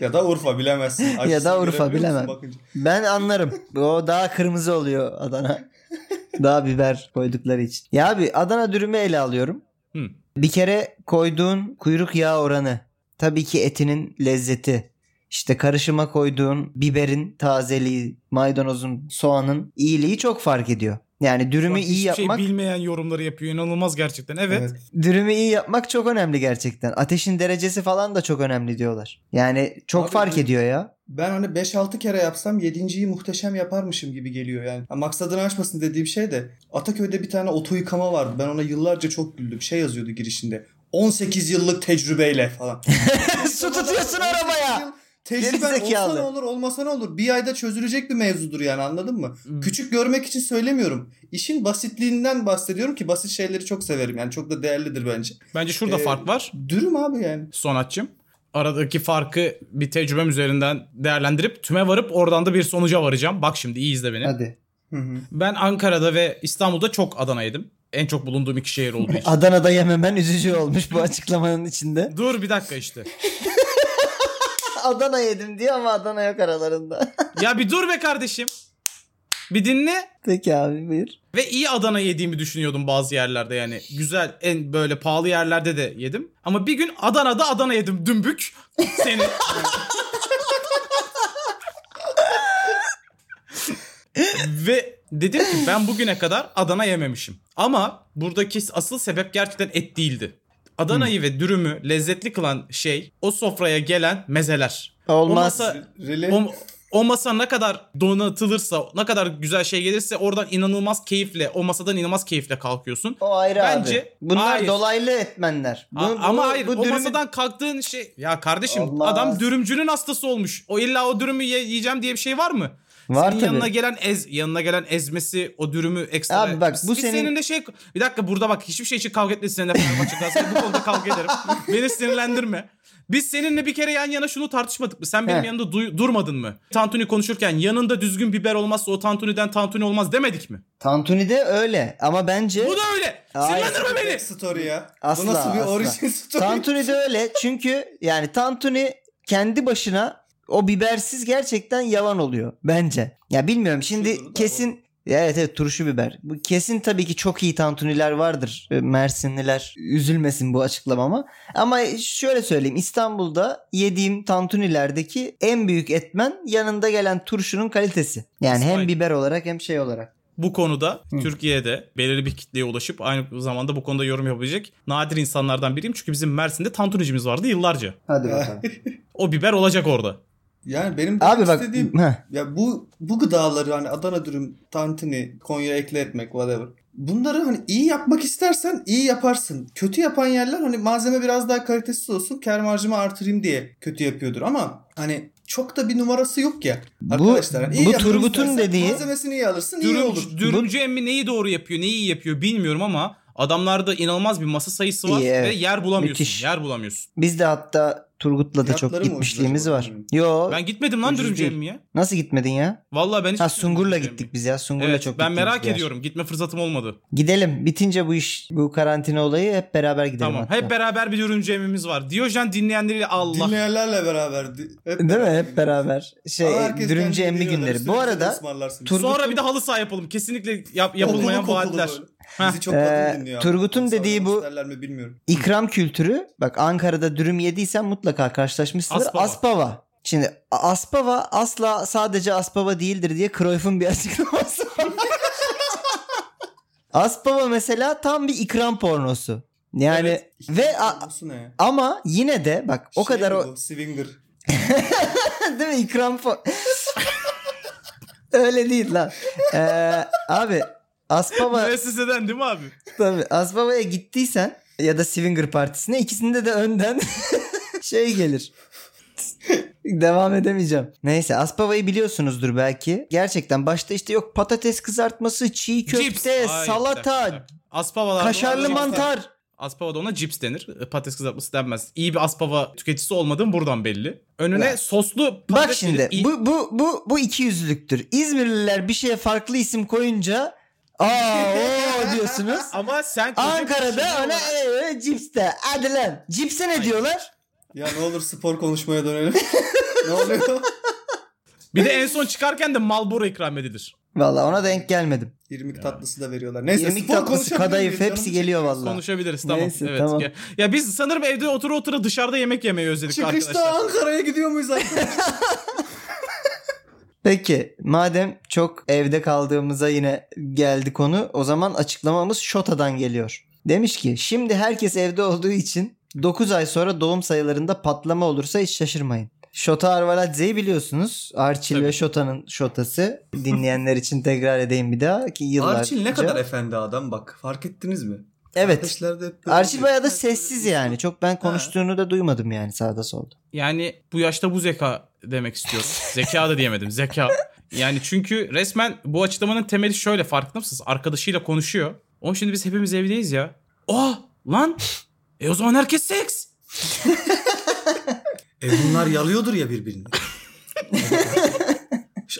Speaker 3: Ya da Urfa bilemezsin. Acısını
Speaker 4: da Urfa,
Speaker 3: görebiliyor musun
Speaker 4: bilemem.
Speaker 3: bakınca?
Speaker 4: Ben anlarım. o daha kırmızı oluyor Adana. daha biber koydukları için. Ya abi Adana dürümü ele alıyorum.
Speaker 2: Hı.
Speaker 4: Bir kere koyduğun kuyruk yağı oranı. Tabii ki etinin lezzeti. İşte karışıma koyduğun biberin tazeliği, maydanozun, soğanın iyiliği çok fark ediyor. Yani dürümü
Speaker 2: Bak,
Speaker 4: iyi
Speaker 2: hiçbir
Speaker 4: yapmak
Speaker 2: şey bilmeyen yorumları yapıyor. İnanılmaz gerçekten. Evet.
Speaker 3: Evet.
Speaker 4: Dürümü iyi yapmak çok önemli gerçekten. Ateşin derecesi falan da çok önemli diyorlar. Yani çok
Speaker 3: Abi
Speaker 4: fark
Speaker 3: bu-
Speaker 4: ediyor ya.
Speaker 3: Ben hani 5-6 kere yapsam 7.yi muhteşem yaparmışım gibi geliyor yani. Ha, Maksadını aşmasın dediğim şey de Ataköy'de bir tane oto yıkama vardı. Ben ona yıllarca çok güldüm. Şey yazıyordu girişinde. 18 yıllık tecrübeyle falan.
Speaker 4: Su tutuyorsun arabaya.
Speaker 3: Tecrüben
Speaker 4: Gerizekalı.
Speaker 3: olsa ne olur olmasa ne olur. Bir ayda çözülecek bir mevzudur yani anladın mı?
Speaker 2: Hmm.
Speaker 3: Küçük görmek için söylemiyorum. İşin basitliğinden bahsediyorum ki basit şeyleri çok severim. Yani çok da değerlidir bence.
Speaker 2: Bence şurada
Speaker 3: Ee,
Speaker 2: fark var.
Speaker 3: Dürüm abi yani.
Speaker 2: Sonatçım. Aradaki farkı bir tecrübem üzerinden değerlendirip tüme varıp oradan da bir sonuca varacağım. Bak şimdi iyi izle beni.
Speaker 4: Hadi.
Speaker 3: Hı hı.
Speaker 2: Ben Ankara'da ve İstanbul'da çok Adana'ydım. En çok bulunduğum iki şehir olduğu için.
Speaker 4: Adana'da yememen üzücü olmuş bu açıklamanın içinde.
Speaker 2: Dur bir dakika işte.
Speaker 4: Adana yedim diyor ama Adana yok aralarında.
Speaker 2: Ya bir dur be kardeşim. Bir dinle.
Speaker 4: Peki abi buyur.
Speaker 2: Ve iyi Adana yediğimi düşünüyordum bazı yerlerde yani. Güzel en böyle pahalı yerlerde de yedim. Ama bir gün Adana'da Adana yedim dümbük. Seni. Ve dedim ki ben bugüne kadar Adana yememişim. Ama buradaki asıl sebep gerçekten et değildi. Adana'yı ve dürümü lezzetli kılan şey o sofraya gelen mezeler. O
Speaker 4: Olmaz.
Speaker 2: masa-
Speaker 3: Rele-
Speaker 2: o, o masa ne kadar donatılırsa, ne kadar güzel şey gelirse oradan inanılmaz keyifle, o masadan inanılmaz keyifle kalkıyorsun.
Speaker 4: O ayrı
Speaker 2: Bence-
Speaker 4: abi. Bunlar
Speaker 2: Hayır.
Speaker 4: dolaylı etmenler. Bu-
Speaker 2: A- ama
Speaker 4: bu-
Speaker 2: hayır
Speaker 4: bu
Speaker 2: o
Speaker 4: dürümü-
Speaker 2: masadan kalktığın şey ya kardeşim
Speaker 4: Olmaz.
Speaker 2: adam dürümcünün hastası olmuş. O illa o dürümü ye- yiyeceğim diye bir şey var mı?
Speaker 4: Var
Speaker 2: senin
Speaker 4: tabii.
Speaker 2: yanına gelen ez yanına gelen ezmesi o dürümü ekstra.
Speaker 4: Abi bak, bu
Speaker 2: Biz
Speaker 4: senin-
Speaker 2: de şey bir dakika burada bak hiçbir şey için kavga etmesin seninle Fenerbahçe Galatasaray bu konuda kavga ederim. Beni sinirlendirme. Biz seninle bir kere yan yana şunu tartışmadık mı? Sen benim
Speaker 4: He.
Speaker 2: yanımda duy- durmadın mı? Tantuni konuşurken yanında düzgün biber olmazsa o tantuniden tantuni olmaz demedik mi?
Speaker 4: Tantuni de öyle ama bence
Speaker 2: Bu da öyle.
Speaker 4: Hayır.
Speaker 2: Sinirlendirme beni.
Speaker 3: Story ya.
Speaker 4: Asla,
Speaker 3: Bu nasıl bir
Speaker 4: asla.
Speaker 3: origin story?
Speaker 4: Tantuni de öyle çünkü yani Tantuni kendi başına o bibersiz gerçekten yavan oluyor bence. Ya bilmiyorum şimdi
Speaker 3: Turşu da
Speaker 4: kesin Evet evet turşu biber. Bu kesin tabii ki çok iyi tantuniler vardır. e, Mersinliler üzülmesin bu açıklamama. Ama şöyle söyleyeyim İstanbul'da yediğim tantunilerdeki en büyük etmen yanında gelen turşunun kalitesi. Yani hem
Speaker 2: İsmail.
Speaker 4: biber olarak hem şey olarak.
Speaker 2: bu konuda
Speaker 4: Hı.
Speaker 2: Türkiye'de belirli bir kitleye ulaşıp aynı zamanda bu konuda yorum yapabilecek nadir insanlardan biriyim. Çünkü bizim Mersin'de tantunicimiz vardı yıllarca.
Speaker 4: Hadi bakalım.
Speaker 2: O biber olacak orada.
Speaker 3: Yani benim demek
Speaker 4: Abi bak
Speaker 3: istediğim
Speaker 4: heh.
Speaker 3: ya bu bu gıdaları hani Adana dürüm, tantini, Konya ekle etmek whatever. Bunları hani iyi yapmak istersen iyi yaparsın. Kötü yapan yerler hani malzeme biraz daha kalitesiz olsun, kar marjımı artırayım diye kötü yapıyordur ama hani çok da bir numarası yok ya.
Speaker 4: Bu-
Speaker 3: Arkadaşlar hani iyi
Speaker 4: bu
Speaker 3: yapmak
Speaker 4: Turgut'un
Speaker 3: istersen
Speaker 4: dediği-
Speaker 3: malzemesini iyi alırsın, iyi
Speaker 2: Dürüm,
Speaker 3: olur.
Speaker 2: dürümcü emmi neyi doğru yapıyor, neyi iyi yapıyor bilmiyorum ama adamlarda inanılmaz bir masa sayısı var
Speaker 4: İyi, evet.
Speaker 2: ve yer bulamıyorsun.
Speaker 4: Müthiş.
Speaker 2: Yer bulamıyorsun.
Speaker 4: Biz de hatta Turgut'la da
Speaker 3: Fiyatları
Speaker 4: çok
Speaker 3: mı
Speaker 4: gitmişliğimiz
Speaker 3: ucuz
Speaker 4: var.
Speaker 3: acaba?
Speaker 4: Yo
Speaker 2: Ben gitmedim lan
Speaker 4: Ucuz
Speaker 2: dürümcü
Speaker 4: değil.
Speaker 2: emmiye.
Speaker 4: nasıl gitmedin ya?
Speaker 2: Vallahi ben hiç
Speaker 4: Ha
Speaker 2: gitmedim
Speaker 4: Sungur'la
Speaker 2: dürümcü
Speaker 4: gittik
Speaker 2: emmiye.
Speaker 4: biz ya. Sungur'la
Speaker 2: Evet,
Speaker 4: çok
Speaker 2: ben
Speaker 4: gittiğimiz
Speaker 2: merak
Speaker 4: bir yer.
Speaker 2: ediyorum. Gitme fırsatım olmadı.
Speaker 4: Gidelim. Bitince bu iş bu karantina olayı hep beraber gidelim.
Speaker 2: tamam.
Speaker 4: hatta.
Speaker 2: Hep beraber bir dürümcü emmimiz var. Diyojen dinleyenleriyle Allah.
Speaker 3: Dinleyenlerle beraber. di- Hep
Speaker 4: Değil mi?
Speaker 3: beraber.
Speaker 4: Hep beraber. Şey
Speaker 3: Ama herkes
Speaker 4: dürümcü
Speaker 3: kendi
Speaker 4: emmi
Speaker 3: biliyorlar,
Speaker 4: günleri. Bu
Speaker 3: üstüne bize
Speaker 4: arada
Speaker 3: ısmarlarsın.
Speaker 4: Turgut'un-
Speaker 2: Sonra bir de halı saha yapalım. Kesinlikle yap-
Speaker 3: Kokulu
Speaker 2: yapılmayan
Speaker 3: kokulu
Speaker 2: vaatler.
Speaker 3: böyle.
Speaker 2: Heh.
Speaker 3: Bizi çok kadın
Speaker 4: Ee,
Speaker 3: dinliyor.
Speaker 4: Turgut'un
Speaker 3: Abi,
Speaker 4: dediği bu-
Speaker 3: isterler mi bilmiyorum.
Speaker 4: ikram kültürü. Bak Ankara'da dürüm yediysen mutlaka karşılaşmışsındır.
Speaker 2: Aspava.
Speaker 4: Aspava. Şimdi a- Aspava asla sadece Aspava değildir diye Cruyff'un bir açıklaması var. Aspava mesela tam bir ikram pornosu. Yani
Speaker 3: Evet.
Speaker 4: ve a-
Speaker 3: Kokusu ne?
Speaker 4: ama yine de bak o
Speaker 3: Şey
Speaker 4: kadar
Speaker 3: mi
Speaker 4: o
Speaker 3: bu, Swinger.
Speaker 4: değil mi? İkram fo- Öyle değil lan. Ee, abi Aspava
Speaker 2: Müesseseden değil mi abi?
Speaker 4: tabii Aspava'ya gittiysen ya da Swinger Partisi'ne ikisinde de önden şey gelir. Devam edemeyeceğim. Neyse Aspava'yı biliyorsunuzdur belki. Gerçekten başta işte yok patates kızartması, çiğ
Speaker 2: Cips.
Speaker 4: köfte,
Speaker 2: Ay, bir
Speaker 4: salata,
Speaker 2: dakika. Aspavalar.
Speaker 4: kaşarlı
Speaker 2: Aspava-
Speaker 4: mantar.
Speaker 2: Aspava'da ona cips denir. E, Patates kızartması denmez. İyi bir aspava tüketicisi olmadığım buradan belli. Önüne
Speaker 4: Bak.
Speaker 2: soslu patates
Speaker 4: Bak şimdi
Speaker 2: verip iyi-
Speaker 4: bu bu bu bu iki yüzlülüktür. İzmirliler bir şeye farklı isim koyunca aa o diyorsunuz.
Speaker 2: Ama sen şey koca kişiliğin
Speaker 4: Ankara'da ona
Speaker 2: olarak-
Speaker 4: e, e, cips de hadi lan. Cipse ne diyorlar?
Speaker 3: Ya ne olur spor konuşmaya dönelim. ne oluyor?
Speaker 2: Bir de en son çıkarken de Malboro ikram edilir.
Speaker 4: Valla ona denk gelmedim.
Speaker 3: İrmik tatlısı da veriyorlar. Neyse
Speaker 4: İrmik
Speaker 3: spor
Speaker 4: tatlısı,
Speaker 3: konuşabilir
Speaker 4: kadayıf
Speaker 3: miyiz? Canım
Speaker 4: hepsi
Speaker 3: çekti.
Speaker 4: geliyor valla.
Speaker 2: Konuşabiliriz tamam.
Speaker 4: Neyse,
Speaker 2: evet.
Speaker 4: tamam.
Speaker 2: Ya, ya biz sanırım evde otura otura dışarıda yemek yemeyi özledik
Speaker 3: Çıkışta
Speaker 2: arkadaşlar.
Speaker 3: Ankara'ya gidiyor muyuz arkadaşlar?
Speaker 4: Peki madem çok evde kaldığımıza yine geldi konu o zaman açıklamamız Şota'dan geliyor. Demiş ki şimdi herkes evde olduğu için 9 ay sonra doğum sayılarında patlama olursa hiç şaşırmayın. Şota Arvaladze'yi biliyorsunuz. Arçil
Speaker 2: Tabii.
Speaker 4: ve Şota'nın Şota'sı. Dinleyenler için tekrar edeyim bir daha ki yıllarca.
Speaker 3: Arçil ne kadar efendi adam bak fark ettiniz mi?
Speaker 4: Evet.
Speaker 3: Arkadaşlar da hep böyle-
Speaker 4: Arşiv bayağı da sessiz yani. Çok ben konuştuğunu da duymadım yani sağda solda.
Speaker 2: Yani bu yaşta bu zeka demek istiyorum. zeka da diyemedim zeka. Yani çünkü resmen bu açıklamanın temeli şöyle farkında mısınız? Arkadaşıyla konuşuyor. Oğlum şimdi biz hepimiz evdeyiz ya. Aa lan e o zaman herkes seks.
Speaker 3: E bunlar yalıyordur ya birbirini.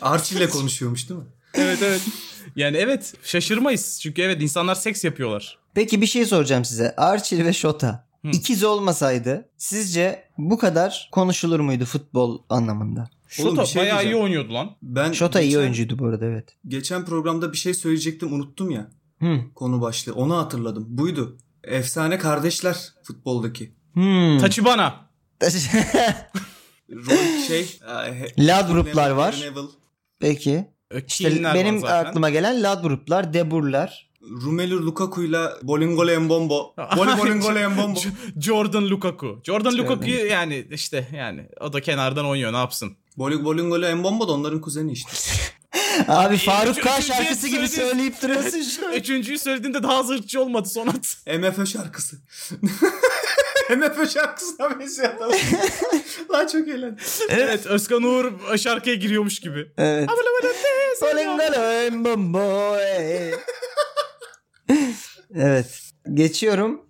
Speaker 3: Arçil'le konuşuyormuş değil mi?
Speaker 2: evet evet. Yani evet şaşırmayız. Çünkü evet insanlar seks yapıyorlar.
Speaker 4: Peki bir şey soracağım size. Arçil ve Şota
Speaker 2: Hı.
Speaker 4: ikiz olmasaydı sizce bu kadar konuşulur muydu futbol anlamında?
Speaker 3: Oğlum,
Speaker 2: Şota
Speaker 3: bir şey
Speaker 2: bayağı iyi
Speaker 3: diyeceğim.
Speaker 2: oynuyordu lan.
Speaker 3: Ben
Speaker 4: Şota iyi
Speaker 3: geçen-
Speaker 4: oyuncuydu bu arada evet.
Speaker 3: Geçen programda bir şey söyleyecektim unuttum ya.
Speaker 4: Hı.
Speaker 3: Konu başlığı. Onu hatırladım. Buydu. Efsane kardeşler futboldaki.
Speaker 4: Hmm.
Speaker 2: Taçibana.
Speaker 3: Roy şey. e,
Speaker 4: Lad gruplar var.
Speaker 3: Neville.
Speaker 4: Peki. İşte benim aklıma gelen Ladbruplar, Deburlar,
Speaker 3: Romelu Lukaku'yla Bolingole Mbombo. Boli Bolingole Mbombo.
Speaker 2: Jordan Lukaku. Jordan
Speaker 4: Jordan.
Speaker 2: Lukaku'yu yani işte yani o da kenardan oynuyor ne yapsın.
Speaker 3: Boli Bolingole Mbombo da onların kuzeni işte.
Speaker 4: Abi Faruk
Speaker 2: Üçüncü
Speaker 4: K şarkısı
Speaker 2: söyledi.
Speaker 4: gibi söyleyip duruyorsun şu an.
Speaker 2: Üçüncüyü söylediğinde daha zırhçı olmadı Sonat.
Speaker 3: MFÖ şarkısı. MFÖ şarkısına benziyor. adam. Lan çok eğlendim.
Speaker 2: evet Özkan Uğur şarkıya giriyormuş gibi.
Speaker 4: Evet. Solingalo en bombo, ey. evet. Geçiyorum.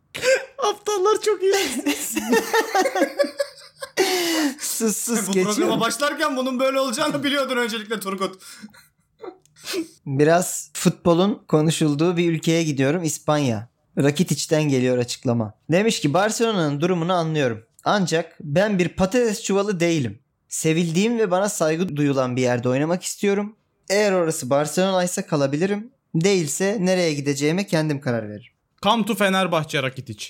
Speaker 2: Aptallar çok iyi.
Speaker 4: Sus sus
Speaker 3: Bu
Speaker 4: geçiyorum.
Speaker 3: programa başlarken bunun böyle olacağını biliyordun öncelikle Turgut.
Speaker 4: Biraz futbolun konuşulduğu bir ülkeye gidiyorum İspanya. Rakitic'ten geliyor açıklama. Demiş ki Barcelona'nın durumunu anlıyorum. Ancak ben bir patates çuvalı değilim. Sevildiğim ve bana saygı duyulan bir yerde oynamak istiyorum. Eğer orası Barcelona ise kalabilirim. Değilse nereye gideceğime kendim karar veririm.
Speaker 2: Come to Fenerbahçe Rakitic.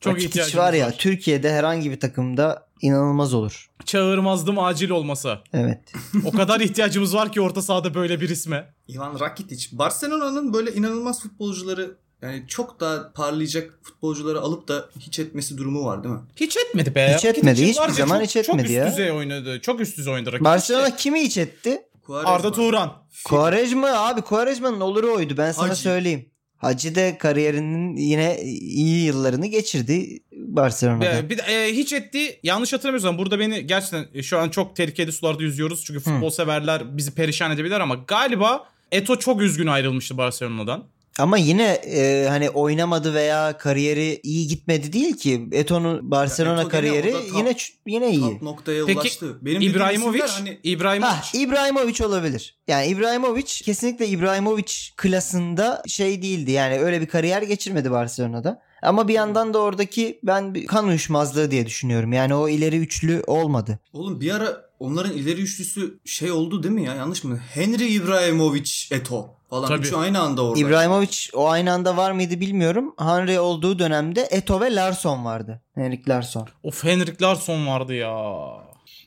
Speaker 2: Çok
Speaker 4: Rakitic
Speaker 2: ihtiyacımız
Speaker 4: var ya Türkiye'de herhangi bir takımda inanılmaz olur.
Speaker 2: Çağırmazdım acil olmasa.
Speaker 4: Evet.
Speaker 2: O kadar ihtiyacımız var ki orta sahada böyle bir isme.
Speaker 3: Ivan Rakitic. Barcelona'nın böyle inanılmaz futbolcuları yani çok daha parlayacak futbolcuları alıp da hiç etmesi durumu var değil mi?
Speaker 2: Hiç etmedi be.
Speaker 4: Hiç etmedi,
Speaker 2: Rakitic
Speaker 4: hiçbir
Speaker 2: var ya,
Speaker 4: zaman
Speaker 2: çok-
Speaker 4: hiç etmedi
Speaker 2: çok
Speaker 4: ya.
Speaker 2: üst düzey oynadı. Çok üst düzey oynadı Rakitic.
Speaker 4: Barcelona kimi iç etti?
Speaker 3: Quaresma.
Speaker 2: Arda Turan.
Speaker 4: Quaresma abi Quaresma'nın oluru oydu ben sana
Speaker 3: Hacı.
Speaker 4: söyleyeyim. Hacı de kariyerinin yine iyi yıllarını geçirdi Barcelona'da.
Speaker 2: Ee, bir de, e, hiç etti. Yanlış hatırlamıyorsam burada beni gerçekten e, şu an çok tehlikeli sularda yüzüyoruz. Çünkü futbol severler bizi perişan edebilir ama galiba Eto çok üzgün ayrılmıştı Barcelona'dan.
Speaker 4: Ama yine e, hani oynamadı veya kariyeri iyi gitmedi değil ki. Eto'nun Barcelona
Speaker 3: Ya Eto gene
Speaker 4: kariyeri
Speaker 3: orada top-
Speaker 4: yine ç- yine iyi.
Speaker 3: Top noktaya
Speaker 2: Peki,
Speaker 3: ulaştı. Benim dediğim
Speaker 2: İbrahimovic,
Speaker 3: isimler hani
Speaker 2: İbrahimovic
Speaker 4: Ha, İbrahimovic olabilir. Yani İbrahimovic kesinlikle İbrahimovic klasında şey değildi. Yani öyle bir kariyer geçirmedi Barcelona'da. Ama bir yandan da oradaki ben bir kan uyuşmazlığı diye düşünüyorum. Yani o ileri üçlü olmadı.
Speaker 3: Oğlum bir ara onların ileri üçlüsü şey oldu değil mi ya? Yanlış mı? Henry İbrahimovic Eto falan.
Speaker 2: Tabii.
Speaker 3: Üçü aynı anda orada.
Speaker 4: İbrahimovic o aynı anda var mıydı bilmiyorum. Henry olduğu dönemde Eto ve Larson vardı. Henrik Larson.
Speaker 2: Of Henrik Larsson vardı ya.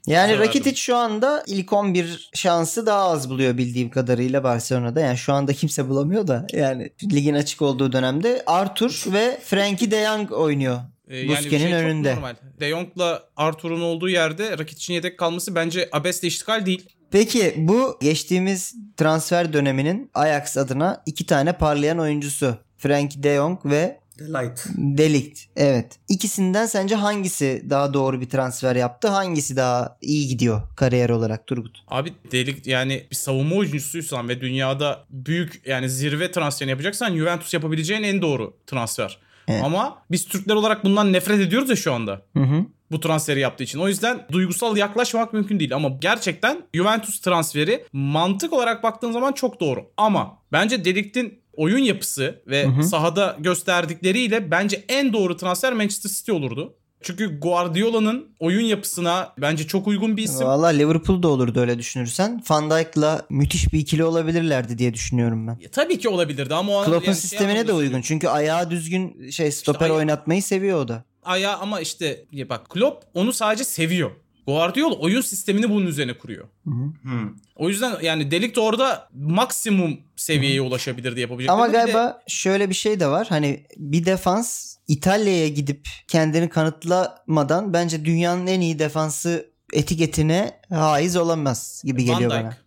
Speaker 4: Yani
Speaker 2: Severdim.
Speaker 4: Rakitic şu anda ilk 11 şansı daha az buluyor bildiğim kadarıyla Barcelona'da. Yani şu anda kimse bulamıyor da yani ligin açık olduğu dönemde Arthur ve Frankie de Jong oynuyor.
Speaker 2: Ee, bir
Speaker 4: Busquets'in
Speaker 2: çok
Speaker 4: önünde.
Speaker 2: normal. De Jong'la Arthur'un olduğu yerde Rakitic'in yedek kalması bence abesle iştikal değil.
Speaker 4: Peki bu geçtiğimiz transfer döneminin Ajax adına iki tane parlayan oyuncusu. Frankie de Jong ve
Speaker 3: Delight.
Speaker 4: Delict. Evet. İkisinden sence hangisi daha doğru bir transfer yaptı? Hangisi daha iyi gidiyor kariyer olarak Turgut?
Speaker 2: Abi delik yani bir savunma oyuncusuysan ve dünyada büyük yani zirve transferini yapacaksan Juventus yapabileceğin en doğru transfer.
Speaker 4: Evet.
Speaker 2: Ama biz Türkler olarak bundan nefret ediyoruz ya şu anda.
Speaker 4: Hı hı.
Speaker 2: bu transferi yaptığı için. O yüzden duygusal yaklaşmak mümkün değil ama gerçekten Juventus transferi mantık olarak baktığın zaman çok doğru. Ama bence Delikt'in oyun yapısı ve
Speaker 4: Hı hı.
Speaker 2: sahada gösterdikleriyle bence en doğru transfer Manchester City olurdu. Çünkü Guardiola'nın oyun yapısına bence çok uygun bir isim.
Speaker 4: Valla Liverpool'da olurdu öyle düşünürsen. Van Dijk'la müthiş bir ikili olabilirlerdi diye düşünüyorum ben.
Speaker 2: Ya, Tabii ki olabilirdi ama o
Speaker 4: Klopp'un
Speaker 2: yani şey
Speaker 4: sistemine de
Speaker 2: anlamda
Speaker 4: uygun. Çünkü ayağı düzgün şey stoper
Speaker 2: ayağı-
Speaker 4: oynatmayı seviyor o da.
Speaker 2: Aya ama işte ya bak Klopp onu sadece seviyor. Guardiola oyun sistemini bunun üzerine kuruyor.
Speaker 3: Hmm.
Speaker 2: O yüzden yani Delikt orada maksimum seviyeye ulaşabilirdi yapabilecek.
Speaker 4: Ama
Speaker 2: E, Bir de-
Speaker 4: galiba şöyle bir şey de var. Hani bir defans İtalya'ya gidip kendini kanıtlamadan bence dünyanın en iyi defansı etiketine haiz olamaz gibi
Speaker 2: E, Van
Speaker 4: geliyor
Speaker 2: Dijk.
Speaker 4: bana.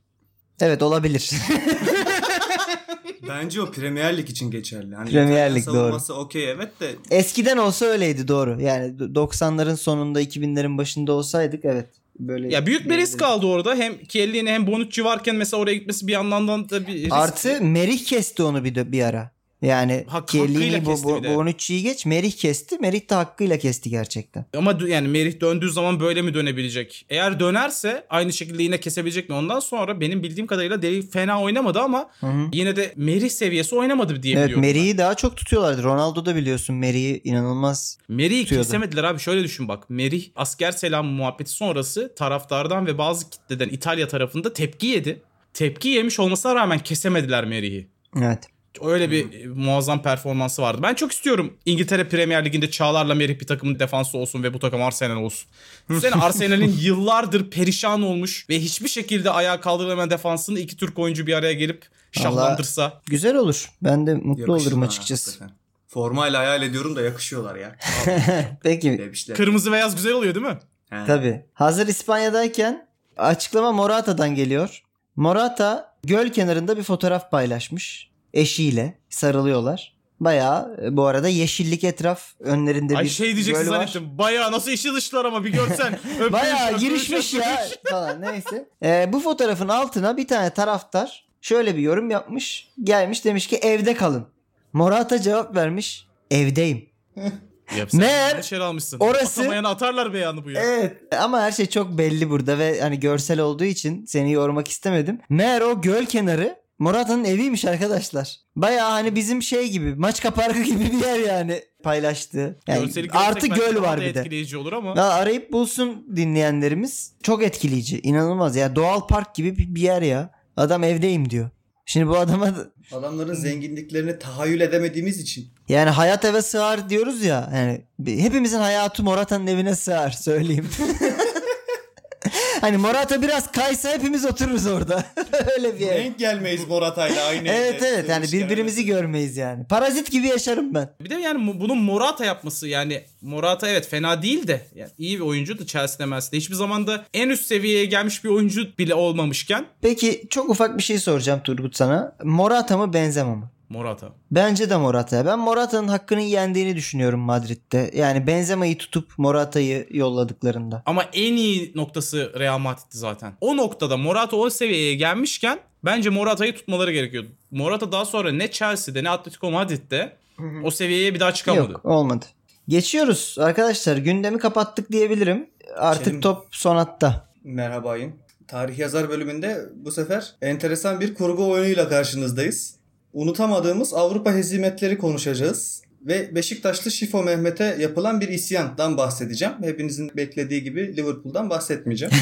Speaker 4: Evet olabilir.
Speaker 3: Bence o Premier Lig için geçerli. Hani
Speaker 4: Premier
Speaker 3: İtalyan
Speaker 4: Lig,
Speaker 3: savunması okey evet de
Speaker 4: Eskiden olsa öyleydi doğru. Yani 90'ların sonunda 2000'lerin başında olsaydık evet. Böyle
Speaker 2: Ya büyük bir risk aldı orada. Hem Kelly'ni hem Bonucci varken mesela oraya gitmesi bir yandan da bir risk.
Speaker 4: Artı Merih kesti onu bir, de- bir ara. Yani
Speaker 2: Hak- hakkıyla
Speaker 4: Kelly'ni bu,
Speaker 2: kesti
Speaker 4: bu,
Speaker 2: bir de.
Speaker 4: Bonucci'yi geç Merih kesti. Merih de hakkıyla kesti gerçekten.
Speaker 2: Ama dö- yani Merih döndüğü zaman böyle mi dönebilecek? Eğer dönerse aynı şekilde yine kesebilecek mi? Ondan sonra benim bildiğim kadarıyla Deli fena oynamadı ama
Speaker 4: Hı hı.
Speaker 2: yine de Merih seviyesi oynamadı diye
Speaker 4: Evet
Speaker 2: biliyorum. ben.
Speaker 4: Merih'i daha çok tutuyorlardı. Ronaldo da biliyorsun Merih'i inanılmaz
Speaker 2: Merih'i
Speaker 4: tutuyordu.
Speaker 2: kesemediler abi. Şöyle düşün bak. Merih asker selam muhabbeti sonrası taraftardan ve bazı kitleden İtalya tarafında tepki yedi. Tepki yemiş olmasına rağmen kesemediler Merih'i.
Speaker 4: evet.
Speaker 2: Öyle bir e, muazzam performansı vardı. Ben çok istiyorum İngiltere Premier Ligi'nde Çağlar'la Merih bir takımın defansı olsun ve bu takım Arsenal olsun. Sen Arsenal'in yıllardır perişan olmuş ve hiçbir şekilde ayağa kaldırılamayan defansını iki Türk oyuncu bir araya gelip şahlandırsa.
Speaker 4: Güzel olur. Ben de mutlu
Speaker 3: Yakışır
Speaker 4: olurum
Speaker 3: ha,
Speaker 4: açıkçası.
Speaker 3: hakikaten. Formayla hayal ediyorum da yakışıyorlar ya.
Speaker 4: Peki.
Speaker 3: Bebişler.
Speaker 2: Kırmızı beyaz güzel oluyor değil mi?
Speaker 3: He.
Speaker 4: Tabii. Hazır İspanya'dayken açıklama Morata'dan geliyor. Morata göl kenarında bir fotoğraf paylaşmış. Eşiyle sarılıyorlar. Bayağı e, bu arada yeşillik etraf önlerinde
Speaker 2: Ay
Speaker 4: bir
Speaker 2: şey diyeceksin
Speaker 4: göl var.
Speaker 2: zannettim. Bayağı nasıl işi dışlar ama bir görsen. Öpmüş,
Speaker 4: Bayağı
Speaker 2: öpmüş,
Speaker 4: girişmiş
Speaker 2: öpmüş.
Speaker 4: ya falan neyse. Ee, bu fotoğrafın altına bir tane taraftar şöyle bir yorum yapmış. Gelmiş demiş ki evde kalın. Morata cevap vermiş. Evdeyim.
Speaker 2: Yap sen
Speaker 4: Meğer
Speaker 2: içeri almışsın.
Speaker 4: orası-
Speaker 2: Atamayanı atarlar beyanı bu ya.
Speaker 4: Evet ama her şey çok belli burada ve hani görsel olduğu için seni yormak istemedim. Meğer o göl kenarı Morata'nın eviymiş arkadaşlar. Bayağı hani bizim şey gibi Maçka Parkı gibi bir yer yani paylaştı. Yani
Speaker 2: Görseli görsek
Speaker 4: artı
Speaker 2: belki
Speaker 4: göl
Speaker 2: daha
Speaker 4: var
Speaker 2: da
Speaker 4: bir de.
Speaker 2: Etkileyici olur ama.
Speaker 4: Ya arayıp bulsun dinleyenlerimiz. Çok etkileyici. inanılmaz ya. Doğal park gibi bir bir yer ya. Adam evdeyim diyor. Şimdi bu adama da-
Speaker 3: Adamların zenginliklerini tahayyül edemediğimiz için.
Speaker 4: yani hayat eve sığar diyoruz ya. Yani bi- hepimizin hayatı Morata'nın evine sığar söyleyeyim. hani Morata biraz kaysa hepimiz otururuz orada. Öyle bir yer.
Speaker 3: Denk gelmeyiz Morata'yla aynı
Speaker 4: Evet
Speaker 3: evde.
Speaker 4: evet yani
Speaker 3: Demişken
Speaker 4: birbirimizi
Speaker 3: evet.
Speaker 4: görmeyiz yani. Parazit gibi yaşarım ben.
Speaker 2: Bir de yani mu- bunun Morata yapması yani Morata evet fena değil de yani iyi bir oyuncu da Chelsea'de Merse'de hiçbir zamanda en üst seviyeye gelmiş bir oyuncu bile olmamışken
Speaker 4: Peki çok ufak bir şey soracağım Turgut sana. Morata mı Benzema mı?
Speaker 2: Morata.
Speaker 4: Bence de Morata. Ben Morata'nın hakkının yendiğini düşünüyorum Madrid'de. Yani Benzema'yı tutup Morata'yı yolladıklarında.
Speaker 2: Ama en iyi noktası Real Madrid'ti zaten. O noktada Morata o seviyeye gelmişken bence Morata'yı tutmaları gerekiyordu. Morata daha sonra ne Chelsea'de ne Atletico Madrid'de o seviyeye bir daha çıkamadı.
Speaker 4: Yok olmadı. Geçiyoruz arkadaşlar. Gündemi kapattık diyebilirim. Artık
Speaker 3: Senin-
Speaker 4: top sonatta.
Speaker 3: Merhabayın. Tarih yazar bölümünde bu sefer enteresan bir kurgu oyunuyla karşınızdayız. Unutamadığımız Avrupa hezimetleri konuşacağız. Ve Beşiktaşlı Şifo Mehmet'e yapılan bir isyandan bahsedeceğim. Hepinizin beklediği gibi Liverpool'dan bahsetmeyeceğim.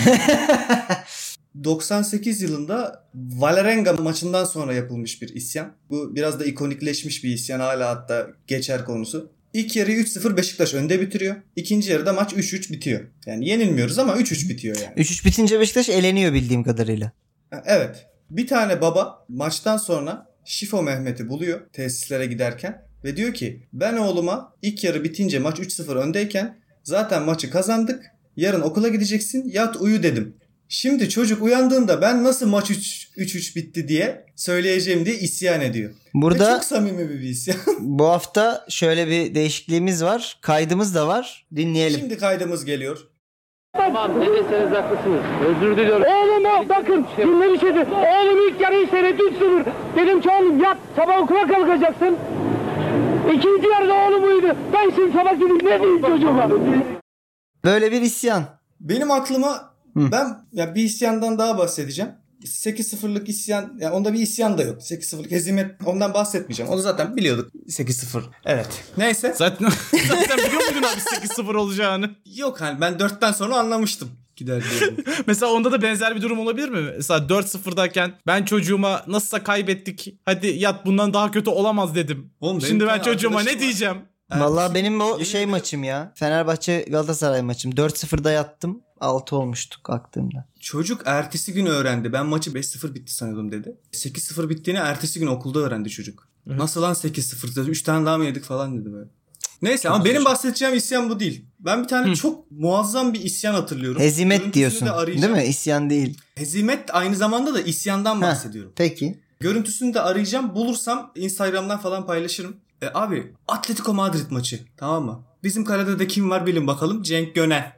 Speaker 3: 98 yılında Valerenga maçından sonra yapılmış bir isyan. Bu biraz da ikonikleşmiş bir isyan hala hatta geçer konusu. İlk yarıyı 3-0 Beşiktaş önde bitiriyor. İkinci yarıda maç 3-3 bitiyor. Yani yenilmiyoruz ama 3-3 bitiyor yani.
Speaker 4: 3-3 bitince Beşiktaş eleniyor bildiğim kadarıyla.
Speaker 3: Ha, Evet. Bir tane baba maçtan sonra Şifo Mehmet'i buluyor tesislere giderken ve diyor ki ben oğluma ilk yarı bitince maç 3-0 öndeyken zaten maçı kazandık. Yarın okula gideceksin yat uyu dedim. Şimdi çocuk uyandığında ben nasıl maç 3 3-3 bitti diye söyleyeceğim diye isyan ediyor. Ve
Speaker 4: Burada
Speaker 3: çok samimi bir isyan.
Speaker 4: bu hafta şöyle bir değişikliğimiz var. Kaydımız da var. Dinleyelim.
Speaker 3: Şimdi kaydımız geliyor.
Speaker 5: Tamam ne deseniz haklısınız. Özür diliyorum. şey Oğluma bakın günleri çözün. Oğlum ilk yarıyı seyretti 3-0. Dedim ki oğlum yat sabah okula kalkacaksın. İkinci yarıda oğlum uyudu. Ben şimdi sabah gidip ne diyeyim çocuğuma?
Speaker 4: Böyle bir isyan.
Speaker 3: Benim aklıma
Speaker 4: Hı.
Speaker 3: ben ya bir isyandan daha bahsedeceğim. 8-0'lık isyan ya onda bir isyan da yok. 8-0'lık hezimet ondan bahsetmeyeceğim. Onu zaten biliyorduk. 8-0. Evet. Neyse.
Speaker 2: Zaten, zaten biliyor muydun abi 8-0 olacağını?
Speaker 3: Yok hani ben 4'ten sonra anlamıştım gider diyorum.
Speaker 2: Mesela onda da benzer bir durum olabilir mi? Mesela 4-0'dayken ben çocuğuma nasılsa kaybettik hadi yat bundan daha kötü olamaz dedim.
Speaker 3: Oğlum, benim
Speaker 2: Şimdi
Speaker 3: bir
Speaker 2: ben
Speaker 3: tane
Speaker 2: çocuğuma ne
Speaker 3: arkadaşım var.
Speaker 2: diyeceğim?
Speaker 4: Ee, Vallahi benim o
Speaker 3: Yemin
Speaker 4: şey
Speaker 3: ederim.
Speaker 4: maçım ya. Fenerbahçe Galatasaray maçım. 4-0'da yattım. 6 olmuştuk kalktığımda.
Speaker 3: Çocuk ertesi gün öğrendi. Ben maçı 5-0 bitti sanıyordum dedi. 8-0 bittiğini ertesi gün okulda öğrendi çocuk. Nasıl lan 8-0 dedi. 3 tane daha mı yedik falan dedi böyle. Neyse ama benim bahsedeceğim isyan bu değil. Ben bir tane çok muazzam bir isyan hatırlıyorum. Görüntüsünü
Speaker 4: Hezimet
Speaker 3: de
Speaker 4: diyorsun. Değil
Speaker 3: arayacağım.
Speaker 4: mi? İsyan değil.
Speaker 3: Hezimet aynı zamanda da isyandan
Speaker 4: Heh.
Speaker 3: bahsediyorum.
Speaker 4: Peki.
Speaker 3: Görüntüsünü de arayacağım. Bulursam Instagram'dan falan paylaşırım. E, abi Atletico Madrid maçı tamam mı? Bizim kalede de kim var bilin bakalım. Cenk Gönen.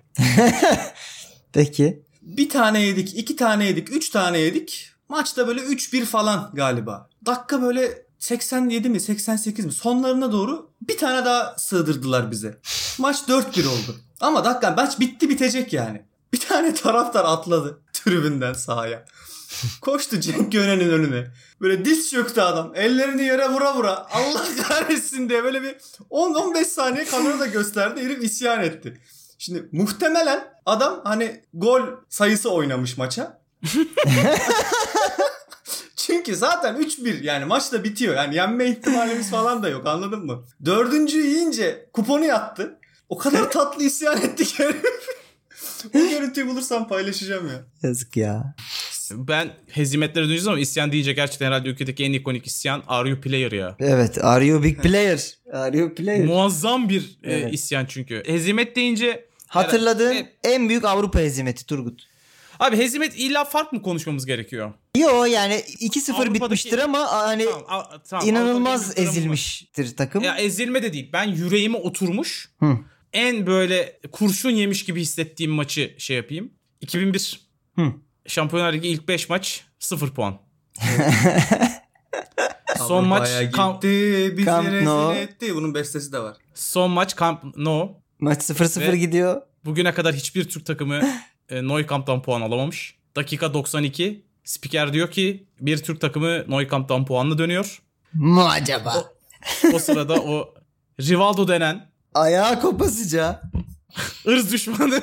Speaker 4: Peki.
Speaker 3: Bir tane yedik, iki tane yedik, üç tane yedik. Maçta böyle 3-1 falan galiba. Dakika böyle 87 mi 88 mi sonlarına doğru bir tane daha sığdırdılar bize. Maç 4-1 oldu. Ama dakika maç bitti bitecek yani. Bir tane taraftar atladı tribünden sahaya. Koştu Cenk Gönen'in önüne. Böyle diz çöktü adam. Ellerini yere vura vura. Allah kahretsin diye böyle bir 10-15 saniye kamerada gösterdi. Herif isyan etti. Şimdi muhtemelen adam hani gol sayısı oynamış maça. Çünkü zaten 3-1 yani maç da bitiyor. Yani yenme ihtimalimiz falan da yok anladın mı? Dördüncüyü yiyince kuponu yattı. O kadar tatlı isyan etti ki herif. Bu görüntüyü bulursam paylaşacağım ya.
Speaker 4: Yazık ya. istemez.
Speaker 2: Ben hezimetlere döneceğiz ama isyan deyince gerçekten herhalde ülkedeki en ikonik isyan Are You Player ya.
Speaker 4: Evet. Are you big player? Are you player?
Speaker 2: Muazzam bir e,
Speaker 4: Evet.
Speaker 2: isyan çünkü. Hezimet deyince
Speaker 4: Hatırladığın
Speaker 2: Evet.
Speaker 4: en büyük Avrupa hezimeti Turgut.
Speaker 2: Abi hezimet illa fark mı konuşmamız gerekiyor?
Speaker 4: Yo yani 2-0
Speaker 2: Avrupa'daki-
Speaker 4: bitmiştir ama hani
Speaker 2: Tamam, a- tamam.
Speaker 4: inanılmaz
Speaker 2: Avrupa'da bir durum var.
Speaker 4: ezilmiştir takım.
Speaker 2: Ya e- ezilme de değil. Ben yüreğime oturmuş.
Speaker 4: Hı.
Speaker 2: En böyle kurşun yemiş gibi hissettiğim maçı şey yapayım. 2001.
Speaker 4: Hı.
Speaker 2: Şampiyonlar Ligi ilk 5 maç 0 puan. son maç
Speaker 3: Avrupa'ya
Speaker 2: Camp,
Speaker 3: gitti, bizi
Speaker 4: Camp
Speaker 3: rezil
Speaker 4: Nou.
Speaker 3: etti. Bunun bestesi de var.
Speaker 2: son maç Camp No.
Speaker 4: Maç 0-0
Speaker 2: Ve-
Speaker 4: gidiyor.
Speaker 2: Bugüne kadar hiçbir Türk takımı e, Neukamp'tan puan alamamış. Dakika 92. Spiker diyor ki bir Türk takımı Neukamp'tan puanlı dönüyor.
Speaker 4: Mu acaba?
Speaker 2: O sırada o Rivaldo denen
Speaker 4: Ayağı kopasıca.
Speaker 2: ırz düşmanı.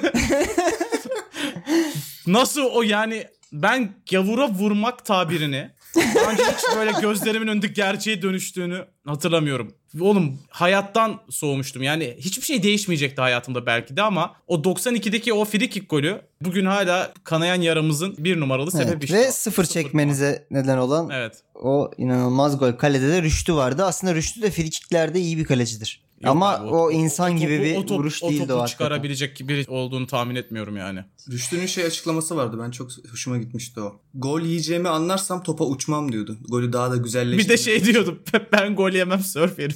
Speaker 2: Nasıl o yani ben gavura vurmak tabirini daha önce hiç böyle gözlerimin önünde gerçeğe dönüştüğünü hatırlamıyorum. Oğlum hayattan soğumuştum. Yani hiçbir şey değişmeyecekti hayatımda belki de ama o 92'deki o free kick golü bugün hala kanayan yaramızın bir numaralı sebebi
Speaker 4: Evet.
Speaker 2: işte.
Speaker 4: Ve sıfır çekmenize neden olan
Speaker 2: Evet.
Speaker 4: o inanılmaz gol. Kalede de Rüştü vardı. Aslında Rüştü de frikiklerde iyi bir kalecidir.
Speaker 2: Yok
Speaker 4: Ama
Speaker 2: abi,
Speaker 4: o, insan
Speaker 2: topu-
Speaker 4: gibi bir
Speaker 2: o top-
Speaker 4: vuruş
Speaker 2: o
Speaker 4: değildi
Speaker 2: topu
Speaker 4: o hakikaten.
Speaker 2: çıkarabilecek biri olduğunu tahmin etmiyorum yani.
Speaker 3: Rüştü'nün şey açıklaması vardı. Ben çok hoşuma gitmişti o. Gol yiyeceğimi anlarsam topa uçmam diyordu. Golü daha da güzelleştirdi.
Speaker 2: Bir de şey diyordum ben gol yemem surf yerim.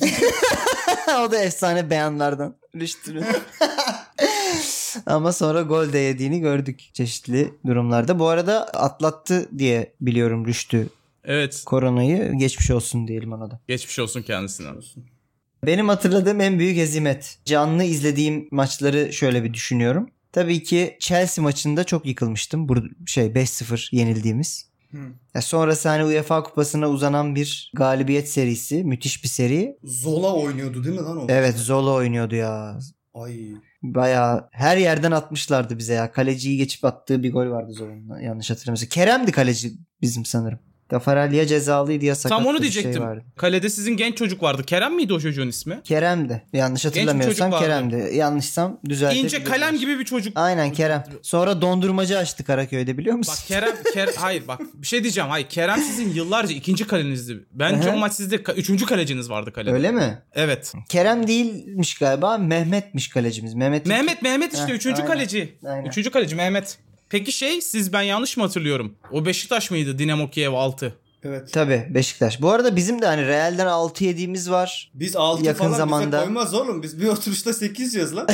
Speaker 4: o da efsane beyanlardan. Rüştü'nün. Ama sonra gol de yediğini gördük çeşitli durumlarda. Bu arada atlattı diye biliyorum Rüştü
Speaker 2: evet
Speaker 4: koronayı. Geçmiş olsun diyelim ona da.
Speaker 2: geçmiş olsun kendisine.
Speaker 4: Benim hatırladığım en büyük hezimet. Canlı izlediğim maçları şöyle bir düşünüyorum. Tabii ki Chelsea maçında çok yıkılmıştım. Bu şey 5-0 yenildiğimiz.
Speaker 3: Hı.
Speaker 4: Ya sonrası hani UEFA kupasına uzanan bir galibiyet serisi. Müthiş bir seri.
Speaker 3: Zola oynuyordu değil mi lan o?
Speaker 4: Evet Zola oynuyordu ya.
Speaker 3: Ay.
Speaker 4: Bayağı her yerden atmışlardı bize ya. Kaleciyi geçip attığı bir gol vardı Zola'nın. Yanlış hatırlamıyorsam. Kerem'di kaleci bizim sanırım. Gafarel ya cezalıydı ya sakattı.
Speaker 2: Tam onu
Speaker 4: bir şey
Speaker 2: diyecektim.
Speaker 4: vardı.
Speaker 2: Kalede sizin genç çocuk vardı. Kerem miydi o çocuğun ismi?
Speaker 4: Kerem'di. Yanlış
Speaker 2: bir çocuk
Speaker 4: hatırlamıyorsam
Speaker 2: vardı.
Speaker 4: Kerem'di. Yanlışsam düzeltebilirim.
Speaker 2: İnce kalem gibi bir çocuk.
Speaker 4: Aynen Kerem. Sonra dondurmacı açtı Karaköy'de biliyor musun?
Speaker 2: Bak Kerem, Kerem hayır bak bir şey diyeceğim. Hayır Kerem sizin yıllarca ikinci kalenizdi. Bence
Speaker 4: Ehe.
Speaker 2: o maç sizde ka- üçüncü kaleciniz vardı kalede.
Speaker 4: Öyle mi?
Speaker 2: Evet.
Speaker 4: Kerem değilmiş galiba. Mehmet'miş kalecimiz. Mehmet.
Speaker 2: Mehmet Mehmet işte
Speaker 4: Heh,
Speaker 2: üçüncü
Speaker 4: aynen.
Speaker 2: kaleci.
Speaker 4: Aynen.
Speaker 2: Üçüncü kaleci Mehmet. Peki şey siz ben yanlış mı hatırlıyorum? O Beşiktaş mıydı Dinamo Kiev 6?
Speaker 3: Evet.
Speaker 4: Tabii Beşiktaş. Bu arada bizim de hani Real'den 6 yediğimiz var.
Speaker 3: Biz 6
Speaker 4: Yakın
Speaker 3: falan
Speaker 4: zamanda-
Speaker 3: bize koymaz oğlum. Biz bir oturuşta 8 yiyoruz lan.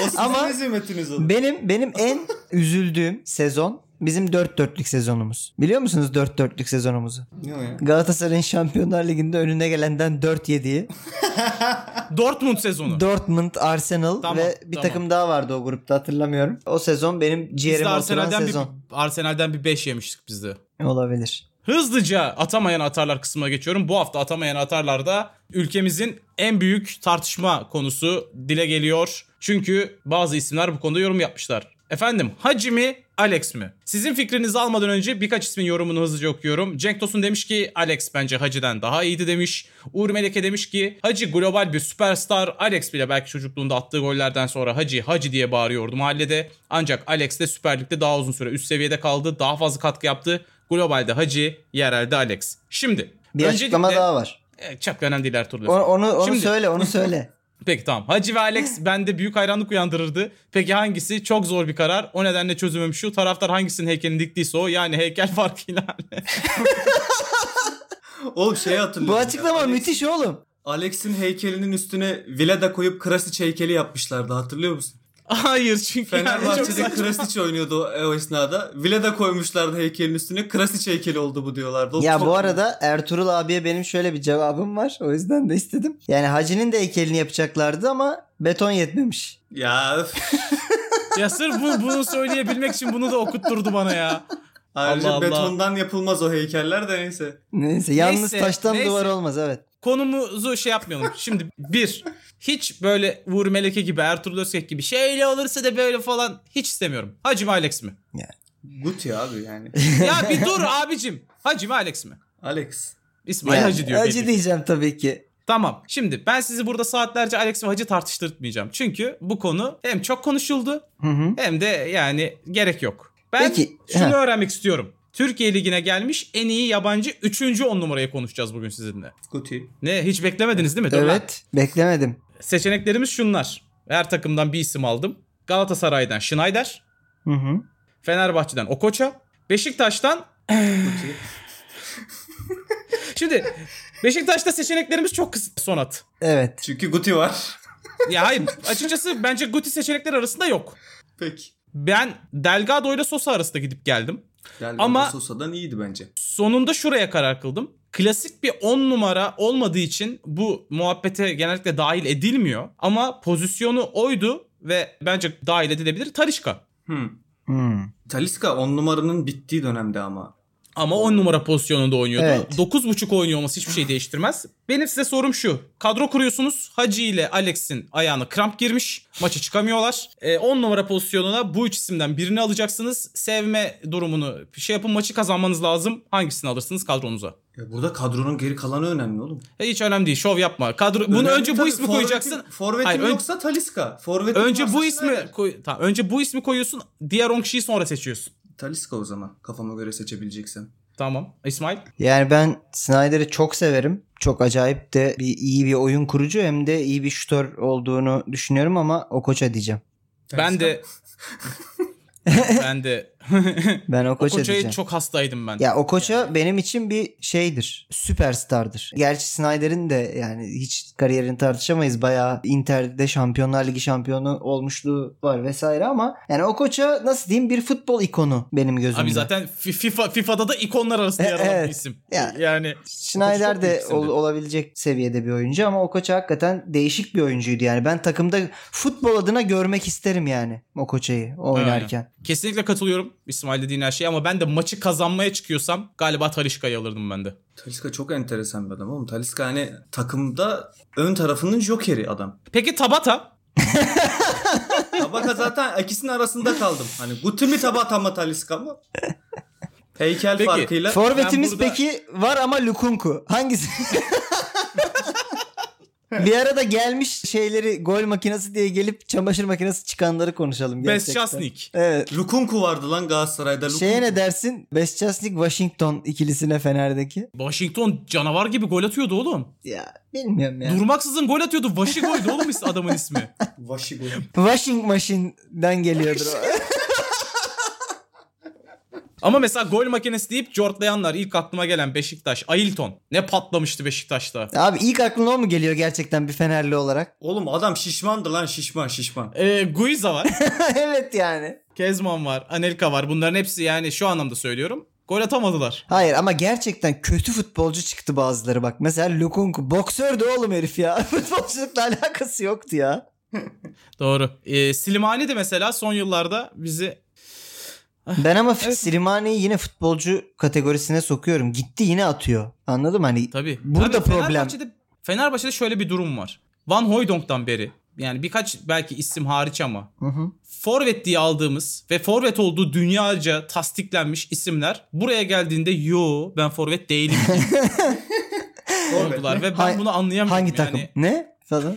Speaker 3: o sizin
Speaker 4: Ama-
Speaker 3: Ama... hizmetiniz oğlum.
Speaker 4: Benim benim en üzüldüğüm sezon bizim 4-4'lük sezonumuz. Biliyor musunuz 4-4'lük sezonumuzu?
Speaker 3: Ne o ya?
Speaker 4: Galatasaray'ın Şampiyonlar Ligi'nde önüne gelenden 4 yediği.
Speaker 2: Dortmund sezonu.
Speaker 4: Dortmund, Arsenal
Speaker 2: Tamam,
Speaker 4: ve bir
Speaker 2: tamam.
Speaker 4: takım daha vardı o grupta hatırlamıyorum. O sezon benim
Speaker 2: biz de
Speaker 4: ciğerime oturan
Speaker 2: Arsenal'den bir,
Speaker 4: sezon.
Speaker 2: Arsenal'den bir 5 yemiştik biz de.
Speaker 4: Olabilir.
Speaker 2: Hızlıca atamayan atarlar kısmına geçiyorum. Bu hafta atamayan atarlarda ülkemizin en büyük tartışma konusu dile geliyor. Çünkü bazı isimler bu konuda yorum yapmışlar. Efendim Hacı mi Alex mi? Sizin fikrinizi almadan önce birkaç ismin yorumunu hızlıca okuyorum. Cenk Tosun demiş ki Alex bence Hacı'den daha iyiydi demiş. Uğur Meleke demiş ki Hacı global bir süperstar. Alex bile belki çocukluğunda attığı gollerden sonra Hacı Hacı diye bağırıyordu mahallede. Ancak Alex de Süper Lig'de daha uzun süre üst seviyede kaldı. Daha fazla katkı yaptı. Globalde Hacı, yerelde Alex. Şimdi
Speaker 4: Bir açıklama daha var.
Speaker 2: E, çok önemli değil Ertuğrul.
Speaker 4: Onu, onu, onu
Speaker 2: Şimdi-
Speaker 4: söyle onu söyle.
Speaker 2: Peki tamam. Hacı ve Alex bende büyük hayranlık uyandırırdı. Peki hangisi? Çok zor bir karar. O nedenle çözümüm şu. Taraftar hangisinin heykelini diktiyse o. Yani heykel farkıyla.
Speaker 3: Oğlum şeyi
Speaker 4: Bu
Speaker 3: hatırlıyorum. ya.
Speaker 4: açıklama
Speaker 3: Alex-
Speaker 4: müthiş oğlum.
Speaker 3: Alex'in heykelinin üstüne Vileda koyup Krasic heykeli yapmışlardı hatırlıyor musun?
Speaker 2: Hayır çünkü yani çok
Speaker 3: Fenerbahçe'de
Speaker 2: saçma.
Speaker 3: Krasic oynuyordu o, o esnada. Vileda koymuşlardı heykelin üstüne Krasic heykeli oldu bu diyorlardı. O
Speaker 4: Ya
Speaker 3: çok-
Speaker 4: bu arada Ertuğrul abiye benim şöyle bir cevabım var. O yüzden de istedim. Yani Hacı'nın da heykelini yapacaklardı ama beton yetmemiş.
Speaker 3: Ya öf.
Speaker 2: Ya sırf bu, bunu söyleyebilmek için bunu da okutturdu bana ya.
Speaker 3: Ayrıca
Speaker 2: Allah Allah.
Speaker 3: betondan yapılmaz o heykeller de neyse.
Speaker 4: Neyse yalnız
Speaker 2: Neyse,
Speaker 4: taştan
Speaker 2: neyse.
Speaker 4: duvar olmaz evet.
Speaker 2: konumuzu şey yapmayalım. Şimdi bir, hiç böyle Uğur Meleke gibi Ertuğrul Özkek gibi şeyle olursa da böyle falan hiç istemiyorum. Hacı mı Alex mi?
Speaker 3: Gut ya abi yani.
Speaker 2: Ya bir dur abicim. Hacı mı Alex mi?
Speaker 3: Alex.
Speaker 2: İsmail
Speaker 4: Yani
Speaker 2: Hacı diyor.
Speaker 4: Hacı
Speaker 2: belli ki.
Speaker 4: diyeceğim tabii ki.
Speaker 2: Tamam. Şimdi ben sizi burada saatlerce Alex ve Hacı tartıştırtmayacağım. Çünkü bu konu hem çok konuşuldu
Speaker 4: Hı hı.
Speaker 2: hem de yani gerek yok. Ben
Speaker 4: Peki,
Speaker 2: şunu
Speaker 4: he.
Speaker 2: öğrenmek istiyorum. Türkiye Ligi'ne gelmiş en iyi yabancı 3. 10 numarayı konuşacağız bugün sizinle.
Speaker 3: Guti.
Speaker 2: Ne hiç beklemediniz değil mi? Dur lan.
Speaker 4: Evet. Beklemedim.
Speaker 2: Seçeneklerimiz şunlar. Her takımdan bir isim aldım. Galatasaray'dan Schneider,
Speaker 4: Hı hı.
Speaker 2: Fenerbahçe'den Okoça, Beşiktaş'tan
Speaker 3: Guti.
Speaker 2: Şimdi Beşiktaş'ta seçeneklerimiz çok kısıtlı Sonat.
Speaker 4: Evet.
Speaker 3: Çünkü Guti var.
Speaker 2: Ya hayır açıkçası bence Guti seçenekler arasında yok.
Speaker 3: Peki.
Speaker 2: Ben Delgado ile Sosa arasında gidip geldim.
Speaker 3: Delgado
Speaker 2: Ama-
Speaker 3: Sosa'dan iyiydi bence.
Speaker 2: Sonunda şuraya karar kıldım. Klasik bir 10 numara olmadığı için bu muhabbete genellikle dahil edilmiyor. Ama pozisyonu oydu ve bence dahil edilebilir Tarişka.
Speaker 3: Hmm.
Speaker 4: Hmm.
Speaker 3: Taliska 10 numaranın bittiği dönemde ama.
Speaker 2: Ama 10 numara pozisyonunda oynuyordu.
Speaker 4: Evet.
Speaker 2: 9.5 oynuyor olması hiçbir şey değiştirmez. Benim size sorum şu. Kadro kuruyorsunuz. Hacı ile Alex'in ayağına kramp girmiş. Maça çıkamıyorlar. 10 numara pozisyonuna bu üç isimden birini alacaksınız. Sevme durumunu şey yapın maçı kazanmanız lazım. Hangisini alırsınız kadronuza?
Speaker 3: Ya burada kadronun geri kalanı önemli oğlum.
Speaker 2: E, Hiç önemli değil. Şov yapma. Kadro bunu
Speaker 3: Önemli
Speaker 2: önce bu
Speaker 3: tabii.
Speaker 2: ismi
Speaker 3: Forvetim-
Speaker 2: koyacaksın.
Speaker 3: Forvetim
Speaker 2: Hayır, ön-
Speaker 3: yoksa Taliska. Forvetim
Speaker 2: Önce
Speaker 3: varsa
Speaker 2: bu ismi
Speaker 3: Schneider.
Speaker 2: koy, tamam, önce bu ismi koyuyorsun. Diğer 10 kişiyi sonra seçiyorsun.
Speaker 3: Taliska o zaman kafama göre seçebileceksem.
Speaker 2: Tamam. İsmail?
Speaker 4: Yani ben Snyder'ı çok severim. Çok acayip de bir iyi bir oyun kurucu hem de iyi bir şutör olduğunu düşünüyorum ama o koça diyeceğim.
Speaker 2: Ben de ben de
Speaker 4: Ben o koça
Speaker 2: Koça'ya
Speaker 4: diyeceğim.
Speaker 2: çok hastaydım ben.
Speaker 4: Ya o koça benim için bir şeydir. Süperstardır. Gerçi Snyder'in de yani hiç kariyerini tartışamayız. Bayağı Inter'de Şampiyonlar Ligi şampiyonu olmuşluğu var vesaire ama yani o koça nasıl diyeyim bir futbol ikonu benim gözümde.
Speaker 2: Abi zaten Fi- FIFA FIFA'da da ikonlar arasında
Speaker 4: E,
Speaker 2: yer alan bir
Speaker 4: evet.
Speaker 2: isim.
Speaker 4: Ya.
Speaker 2: Yani
Speaker 4: Schneider
Speaker 2: Çok büyük
Speaker 4: de
Speaker 2: isimdi.
Speaker 4: ol- olabilecek seviyede bir oyuncu ama Okoça hakikaten değişik bir oyuncuydu yani. Ben takımda futbol adına görmek isterim yani Okoça'yı oynarken.
Speaker 2: kesinlikle katılıyorum İsmail dediğin her şeye ama ben de maçı kazanmaya çıkıyorsam galiba Talişka'yı alırdım ben de.
Speaker 3: Taliska çok enteresan bir adam oğlum. Taliska hani takımda ön tarafının jokeri adam.
Speaker 2: Peki Tabata?
Speaker 3: Tabaka zaten ikisinin arasında kaldım. Hani Guti mi Tabata mı Taliska mı? Heykel
Speaker 2: Peki.
Speaker 3: farkıyla.
Speaker 4: Forvetimiz
Speaker 2: Ben burada-
Speaker 4: peki var ama Lukunku. Hangisi? bir arada gelmiş şeyleri gol makinesi diye gelip çamaşır makinesi çıkanları konuşalım. gerçekten.
Speaker 2: Beşşasnik.
Speaker 4: Evet.
Speaker 3: Lukunku vardı lan Galatasaray'da. Lukunku.
Speaker 4: Şeye ne dersin? Beşiktaşlik Washington ikilisine Fener'deki.
Speaker 2: Washington canavar gibi gol atıyordu oğlum.
Speaker 4: Ya bilmiyorum ya.
Speaker 2: Durmaksızın gol atıyordu. Vaşi goydu oğlum is- adamın ismi.
Speaker 3: Vaşigo.
Speaker 4: Washing Machine'den geliyordur o.
Speaker 2: Ama mesela gol makinesi deyip cortlayanlar ilk aklıma gelen Beşiktaş. Ailton. Ne patlamıştı Beşiktaş'ta.
Speaker 4: Abi ilk aklına o mu geliyor gerçekten bir Fenerli olarak?
Speaker 3: Oğlum adam şişmandı lan şişman şişman.
Speaker 2: Ee, Guiza var.
Speaker 4: evet yani.
Speaker 2: Kezman var. Anelka var. Bunların hepsi yani şu anlamda söylüyorum. Gol atamadılar.
Speaker 4: Hayır ama gerçekten kötü futbolcu çıktı bazıları bak. Mesela Lukunku boksördü oğlum herif ya. Futbolculukla alakası yoktu ya.
Speaker 2: Doğru. Ee, Slimani de mesela son yıllarda bizi
Speaker 4: Ben ama Silimani'yi yine futbolcu kategorisine sokuyorum. Gitti yine atıyor. Anladın mı? Hani
Speaker 2: Tabii.
Speaker 4: Burada
Speaker 2: Abi
Speaker 4: problem.
Speaker 2: Fenerbahçe'de, Fenerbahçe'de şöyle bir durum var. Van Hooydonk'tan beri yani birkaç belki isim hariç ama
Speaker 4: Hı hı.
Speaker 2: forvet diye aldığımız ve forvet olduğu dünyaca tasdiklenmiş isimler buraya geldiğinde yo ben forvet değilim oldular ve ben
Speaker 4: Hay-
Speaker 2: bunu anlayamıyorum.
Speaker 4: hangi
Speaker 2: yani.
Speaker 4: takım? Ne? Falan.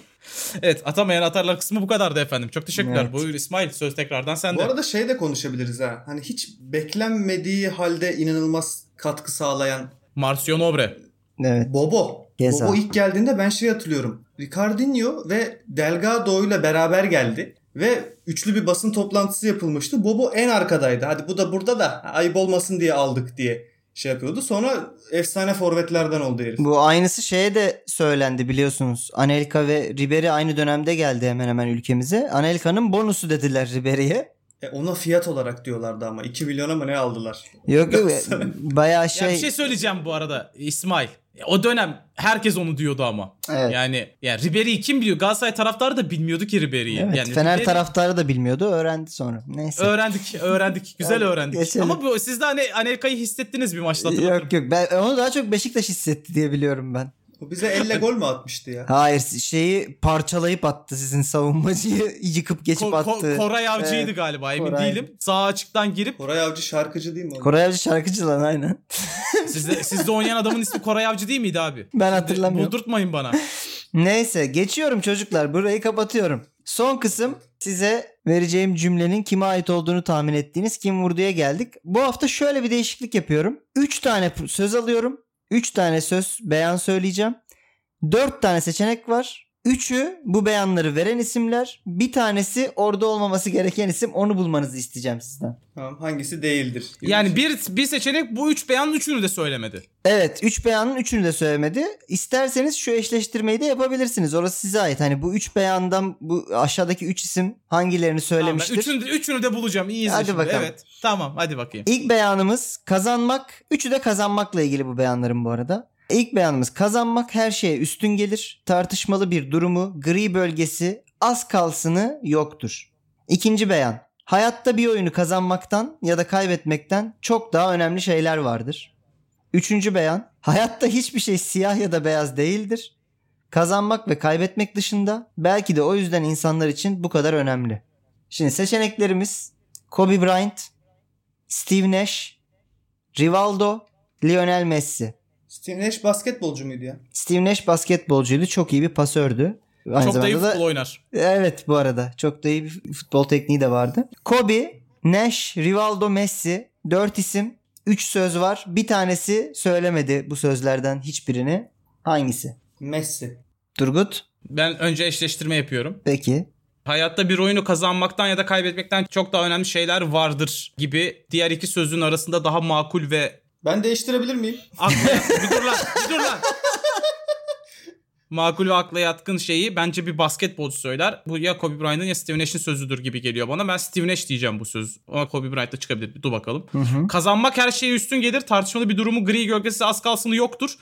Speaker 2: Evet atamayan atarlar kısmı bu kadardı efendim. Çok teşekkürler.
Speaker 4: Evet.
Speaker 2: Buyur İsmail söz tekrardan sende.
Speaker 3: Bu arada şey de konuşabiliriz ha. Hani hiç beklenmediği halde inanılmaz katkı sağlayan
Speaker 2: Marcion Obre.
Speaker 4: Evet.
Speaker 3: Bobo.
Speaker 4: Geza.
Speaker 3: Bobo ilk geldiğinde ben şey hatırlıyorum. Ricardinho ve Delgado ile beraber geldi. Ve üçlü bir basın toplantısı yapılmıştı. Bobo en arkadaydı. Hadi bu da burada da ayıp olmasın diye aldık diye şey yapıyordu. Sonra efsane forvetlerden oldu herif.
Speaker 4: Bu aynısı şeye de söylendi biliyorsunuz. Anelka ve Ribery aynı dönemde geldi hemen hemen ülkemize. Anelka'nın bonusu dediler Ribery'e.
Speaker 3: E ona fiyat olarak diyorlardı ama. 2 milyona mı ne aldılar?
Speaker 4: Yok yok bayağı
Speaker 2: Ya
Speaker 4: şey.
Speaker 2: bir şey söyleyeceğim bu arada İsmail. Ya O dönem herkes onu diyordu ama.
Speaker 4: Evet.
Speaker 2: Yani yani Ribery'i kim biliyor? Galatasaray taraftarı da bilmiyordu ki Ribery'i.
Speaker 4: Evet,
Speaker 2: yani
Speaker 4: Fener
Speaker 2: Ribery-
Speaker 4: taraftarı da bilmiyordu. Öğrendi sonra. Neyse.
Speaker 2: Öğrendik, öğrendik. Güzel
Speaker 4: Yani
Speaker 2: öğrendik.
Speaker 4: geçelim.
Speaker 2: Ama bu, siz de hani Anelka'yı hissettiniz bir maçta hatırlatırım.
Speaker 4: Yok yok ben onu daha çok Beşiktaş hissetti diye biliyorum ben.
Speaker 3: O bize elle gol mü atmıştı ya?
Speaker 4: Hayır şeyi parçalayıp attı sizin savunmacıyı yıkıp geçip
Speaker 2: Ko- Ko-
Speaker 4: attı.
Speaker 2: Koray Avcı'ydı
Speaker 4: Evet.
Speaker 2: galiba emin
Speaker 4: Koray.
Speaker 2: değilim. Sağ açıktan girip
Speaker 3: Koray Avcı şarkıcı değil mi? oğlum?
Speaker 4: Koray Avcı şarkıcı lan aynen.
Speaker 2: sizde, sizde oynayan adamın ismi Koray Avcı değil miydi abi?
Speaker 4: Ben hatırlamıyorum.
Speaker 2: Buldurtmayın bana.
Speaker 4: Neyse geçiyorum çocuklar burayı kapatıyorum. Son kısım size vereceğim cümlenin kime ait olduğunu tahmin ettiğiniz kim vurduya geldik. Bu hafta şöyle bir değişiklik yapıyorum. 3 tane p- söz alıyorum. 3 tane söz beyan söyleyeceğim. 4 tane seçenek var. Üçü bu beyanları veren isimler. Bir tanesi orada olmaması gereken isim. Onu bulmanızı isteyeceğim sizden.
Speaker 3: Tamam hangisi değildir? gibi
Speaker 2: Yani
Speaker 3: şey.
Speaker 2: bir bir seçenek bu üç beyanın üçünü de söylemedi.
Speaker 4: Evet 3 beyanın 3'ünü de söylemedi. İsterseniz şu eşleştirmeyi de yapabilirsiniz. Orası size ait. Hani bu 3 beyandan bu aşağıdaki 3 isim hangilerini
Speaker 2: Tamam, ben
Speaker 4: söylemiştir?
Speaker 2: üçünü, de- üçünü de bulacağım. İyi izle
Speaker 4: Hadi
Speaker 2: şimdi.
Speaker 4: bakalım.
Speaker 2: Evet. Tamam hadi bakayım.
Speaker 4: İlk beyanımız kazanmak. Üçü de kazanmakla ilgili bu beyanlarım bu arada. İlk beyanımız kazanmak her şeye üstün gelir. Tartışmalı bir durumu, gri bölgesi, az kalsını yoktur. İkinci beyan. Hayatta bir oyunu kazanmaktan ya da kaybetmekten çok daha önemli şeyler vardır. Üçüncü beyan. Hayatta hiçbir şey siyah ya da beyaz değildir. Kazanmak ve kaybetmek dışında belki de o yüzden insanlar için bu kadar önemli. Şimdi seçeneklerimiz Kobe Bryant, Steve Nash, Rivaldo, Lionel Messi.
Speaker 3: Steve Nash basketbolcu muydu ya?
Speaker 4: Steve Nash basketbolcuydu. Çok iyi bir pasördü. Aynı
Speaker 2: Çok da
Speaker 4: zamanda
Speaker 2: iyi
Speaker 4: da-
Speaker 2: futbol oynar.
Speaker 4: Evet bu arada. Çok da iyi bir futbol tekniği de vardı. Kobe, Nash, Rivaldo, Messi. Dört isim. Üç söz var. Bir tanesi söylemedi bu sözlerden hiçbirini. Hangisi?
Speaker 3: Messi.
Speaker 4: Turgut.
Speaker 2: Ben önce eşleştirme yapıyorum.
Speaker 4: Peki.
Speaker 2: Hayatta bir oyunu kazanmaktan ya da kaybetmekten çok daha önemli şeyler vardır gibi diğer iki sözün arasında daha makul ve
Speaker 3: Ben değiştirebilir miyim?
Speaker 2: akla bir dur lan, bir dur lan. Makul ve akla yatkın şeyi bence bir basketbolcu söyler. Bu ya Kobe Bryant'ın ya Steve Nash'in sözüdür gibi geliyor bana. Ben Steve Nash diyeceğim bu söz. Ama Kobe Bryant'la çıkabilir. Dur bakalım. Kazanmak her şeye üstün gelir. Tartışmalı bir durumu gri gölgesi az kalsını yoktur.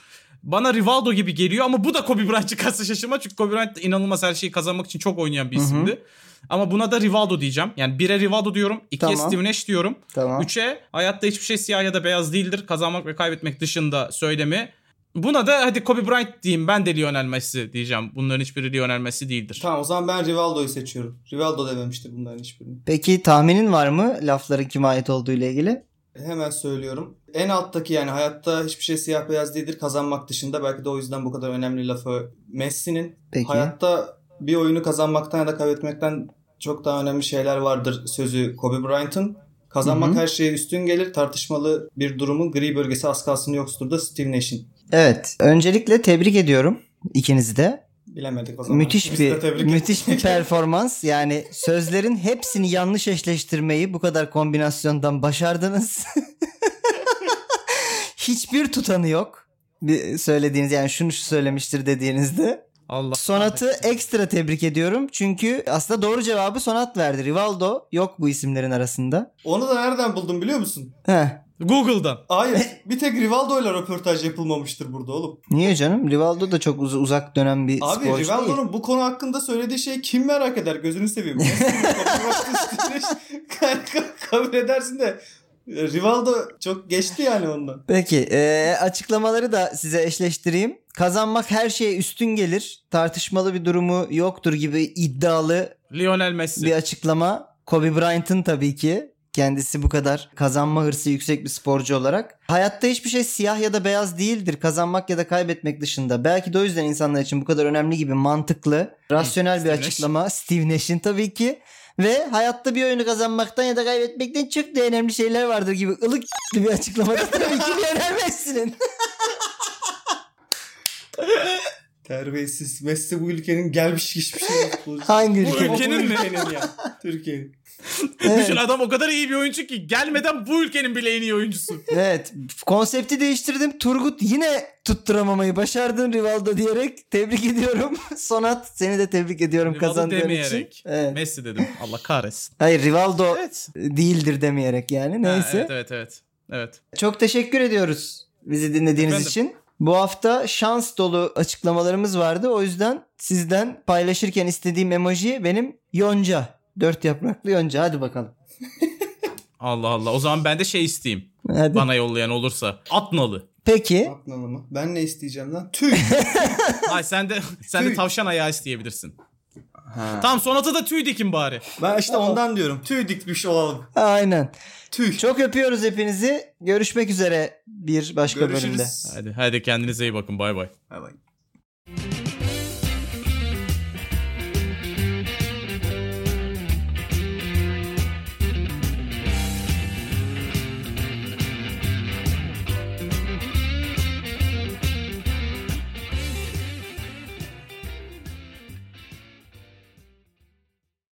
Speaker 2: Bana Rivaldo gibi geliyor ama bu da Kobe Bryant çıkarsa şaşırma. Çünkü Kobe Bryant inanılmaz her şeyi kazanmak için çok oynayan bir isimdi. Ama buna da Rivaldo diyeceğim. Yani bire Rivaldo diyorum. ikiye
Speaker 4: Tamam.
Speaker 2: Steve Nash diyorum.
Speaker 4: Tamam.
Speaker 2: Üçe hayatta hiçbir şey siyah ya da beyaz değildir. Kazanmak ve kaybetmek dışında söylemi. Buna da hadi Kobe Bryant diyeyim. Ben de Lionel Messi diyeceğim. Bunların hiçbiri Lionel Messi değildir.
Speaker 3: Tamam o zaman ben Rivaldo'yu seçiyorum. Rivaldo dememiştir bunların hiçbirini.
Speaker 4: Peki tahminin var mı lafların kime ait olduğu ile ilgili?
Speaker 3: Hemen söylüyorum. En alttaki yani hayatta hiçbir şey siyah beyaz değildir kazanmak dışında. Belki de o yüzden bu kadar önemli lafı Messi'nin.
Speaker 4: Peki.
Speaker 3: Hayatta bir oyunu kazanmaktan ya da kaybetmekten çok daha önemli şeyler vardır sözü Kobe Bryant'ın. Kazanmak her şeye üstün gelir. Tartışmalı bir durumun gri bölgesi az kalsın yoksudur da Steve Nash'in.
Speaker 4: Evet. Öncelikle tebrik ediyorum ikinizi de.
Speaker 3: Bilemedik o zaman.
Speaker 4: Müthiş
Speaker 3: İkimiz de
Speaker 4: bir
Speaker 3: tebrik
Speaker 4: müthiş bir
Speaker 3: ettik.
Speaker 4: performans. Yani sözlerin hepsini yanlış eşleştirmeyi bu kadar kombinasyondan başardınız. Hiçbir tutanı yok. Bir söylediğiniz yani şunu şu söylemiştir dediğinizde.
Speaker 2: Allah.
Speaker 4: Sonat'ı ekstra tebrik ediyorum. Çünkü aslında doğru cevabı Sonat verdi. Rivaldo yok bu isimlerin arasında.
Speaker 3: Onu da nereden buldum biliyor musun?
Speaker 4: Heh.
Speaker 2: Google'dan.
Speaker 3: Hayır. bir tek Rivaldo'yla röportaj yapılmamıştır burada oğlum.
Speaker 4: Niye canım? Rivaldo da çok uz- uzak dönen bir
Speaker 3: Abi
Speaker 4: E, sporcu değil.
Speaker 3: Rivaldo'nun bu konu hakkında söylediği şeyi kim merak eder? Gözünü seveyim. Messi mi? Kobe Bryant'ın stili- Kanka, kabul edersin de Rivaldo çok geçti yani ondan.
Speaker 4: Peki eee, açıklamaları da size eşleştireyim. Kazanmak her şeye üstün gelir. Tartışmalı bir durumu yoktur gibi iddialı
Speaker 2: Lionel Messi.
Speaker 4: bir açıklama. Kobe Bryant'ın tabii ki kendisi bu kadar kazanma hırsı yüksek bir sporcu olarak. Hayatta hiçbir şey siyah ya da beyaz değildir kazanmak ya da kaybetmek dışında. Belki de o yüzden insanlar için bu kadar önemli gibi mantıklı, rasyonel bir
Speaker 2: Steve Nash.
Speaker 4: açıklama. Steve Nash'in tabii ki. Ve hayatta bir oyunu kazanmaktan ya da kaybetmekten çok da önemli şeyler vardır gibi ılık bir açıklama da tabii ki Lionel Messi'nin.
Speaker 3: Terbiyesiz. Messi bu ülkenin gelmiş hiçbir şey yok.
Speaker 4: Hangi
Speaker 3: Bu
Speaker 4: ülke?
Speaker 2: Ülkenin mi?
Speaker 3: ülkenin ya. Türkiye'nin.
Speaker 2: Düşün adam o kadar iyi bir oyuncu ki gelmeden bu ülkenin bile en iyi oyuncusu.
Speaker 4: Evet konsepti değiştirdim. Turgut yine tutturamamayı başardın Rivaldo diyerek. Tebrik ediyorum. Sonat seni de tebrik ediyorum
Speaker 2: Rivaldo
Speaker 4: kazandığın için.
Speaker 2: demeyerek.
Speaker 4: Evet.
Speaker 2: Messi dedim. Allah kahretsin.
Speaker 4: Hayır Rivaldo
Speaker 2: Evet.
Speaker 4: değildir demeyerek yani
Speaker 2: Ha,
Speaker 4: neyse.
Speaker 2: evet evet evet. Evet.
Speaker 4: Çok teşekkür ediyoruz bizi dinlediğiniz
Speaker 2: Efendim?
Speaker 4: için. Bu hafta şans dolu açıklamalarımız vardı. O yüzden sizden paylaşırken istediğim emoji benim yonca. Dört yapraklı yonca. Hadi bakalım.
Speaker 2: Allah Allah. O zaman ben de şey isteyeyim.
Speaker 4: Hadi.
Speaker 2: Bana yollayan olursa. Atnalı.
Speaker 4: Peki.
Speaker 3: Atlanı mı? Ben ne isteyeceğim lan? Tüy.
Speaker 2: Ay sen de sen de
Speaker 3: Tüy.
Speaker 2: tavşan ayağı isteyebilirsin. Tamam sonata da tüy dikin bari.
Speaker 3: Ben işte ondan diyorum. Tüy dikmiş olalım.
Speaker 4: Aynen.
Speaker 3: Tüy.
Speaker 4: Çok öpüyoruz hepinizi. Görüşmek üzere bir başka bölümde.
Speaker 3: Görüşürüz.
Speaker 2: Hadi hadi kendinize iyi bakın. Bay bay.
Speaker 3: Bay bay.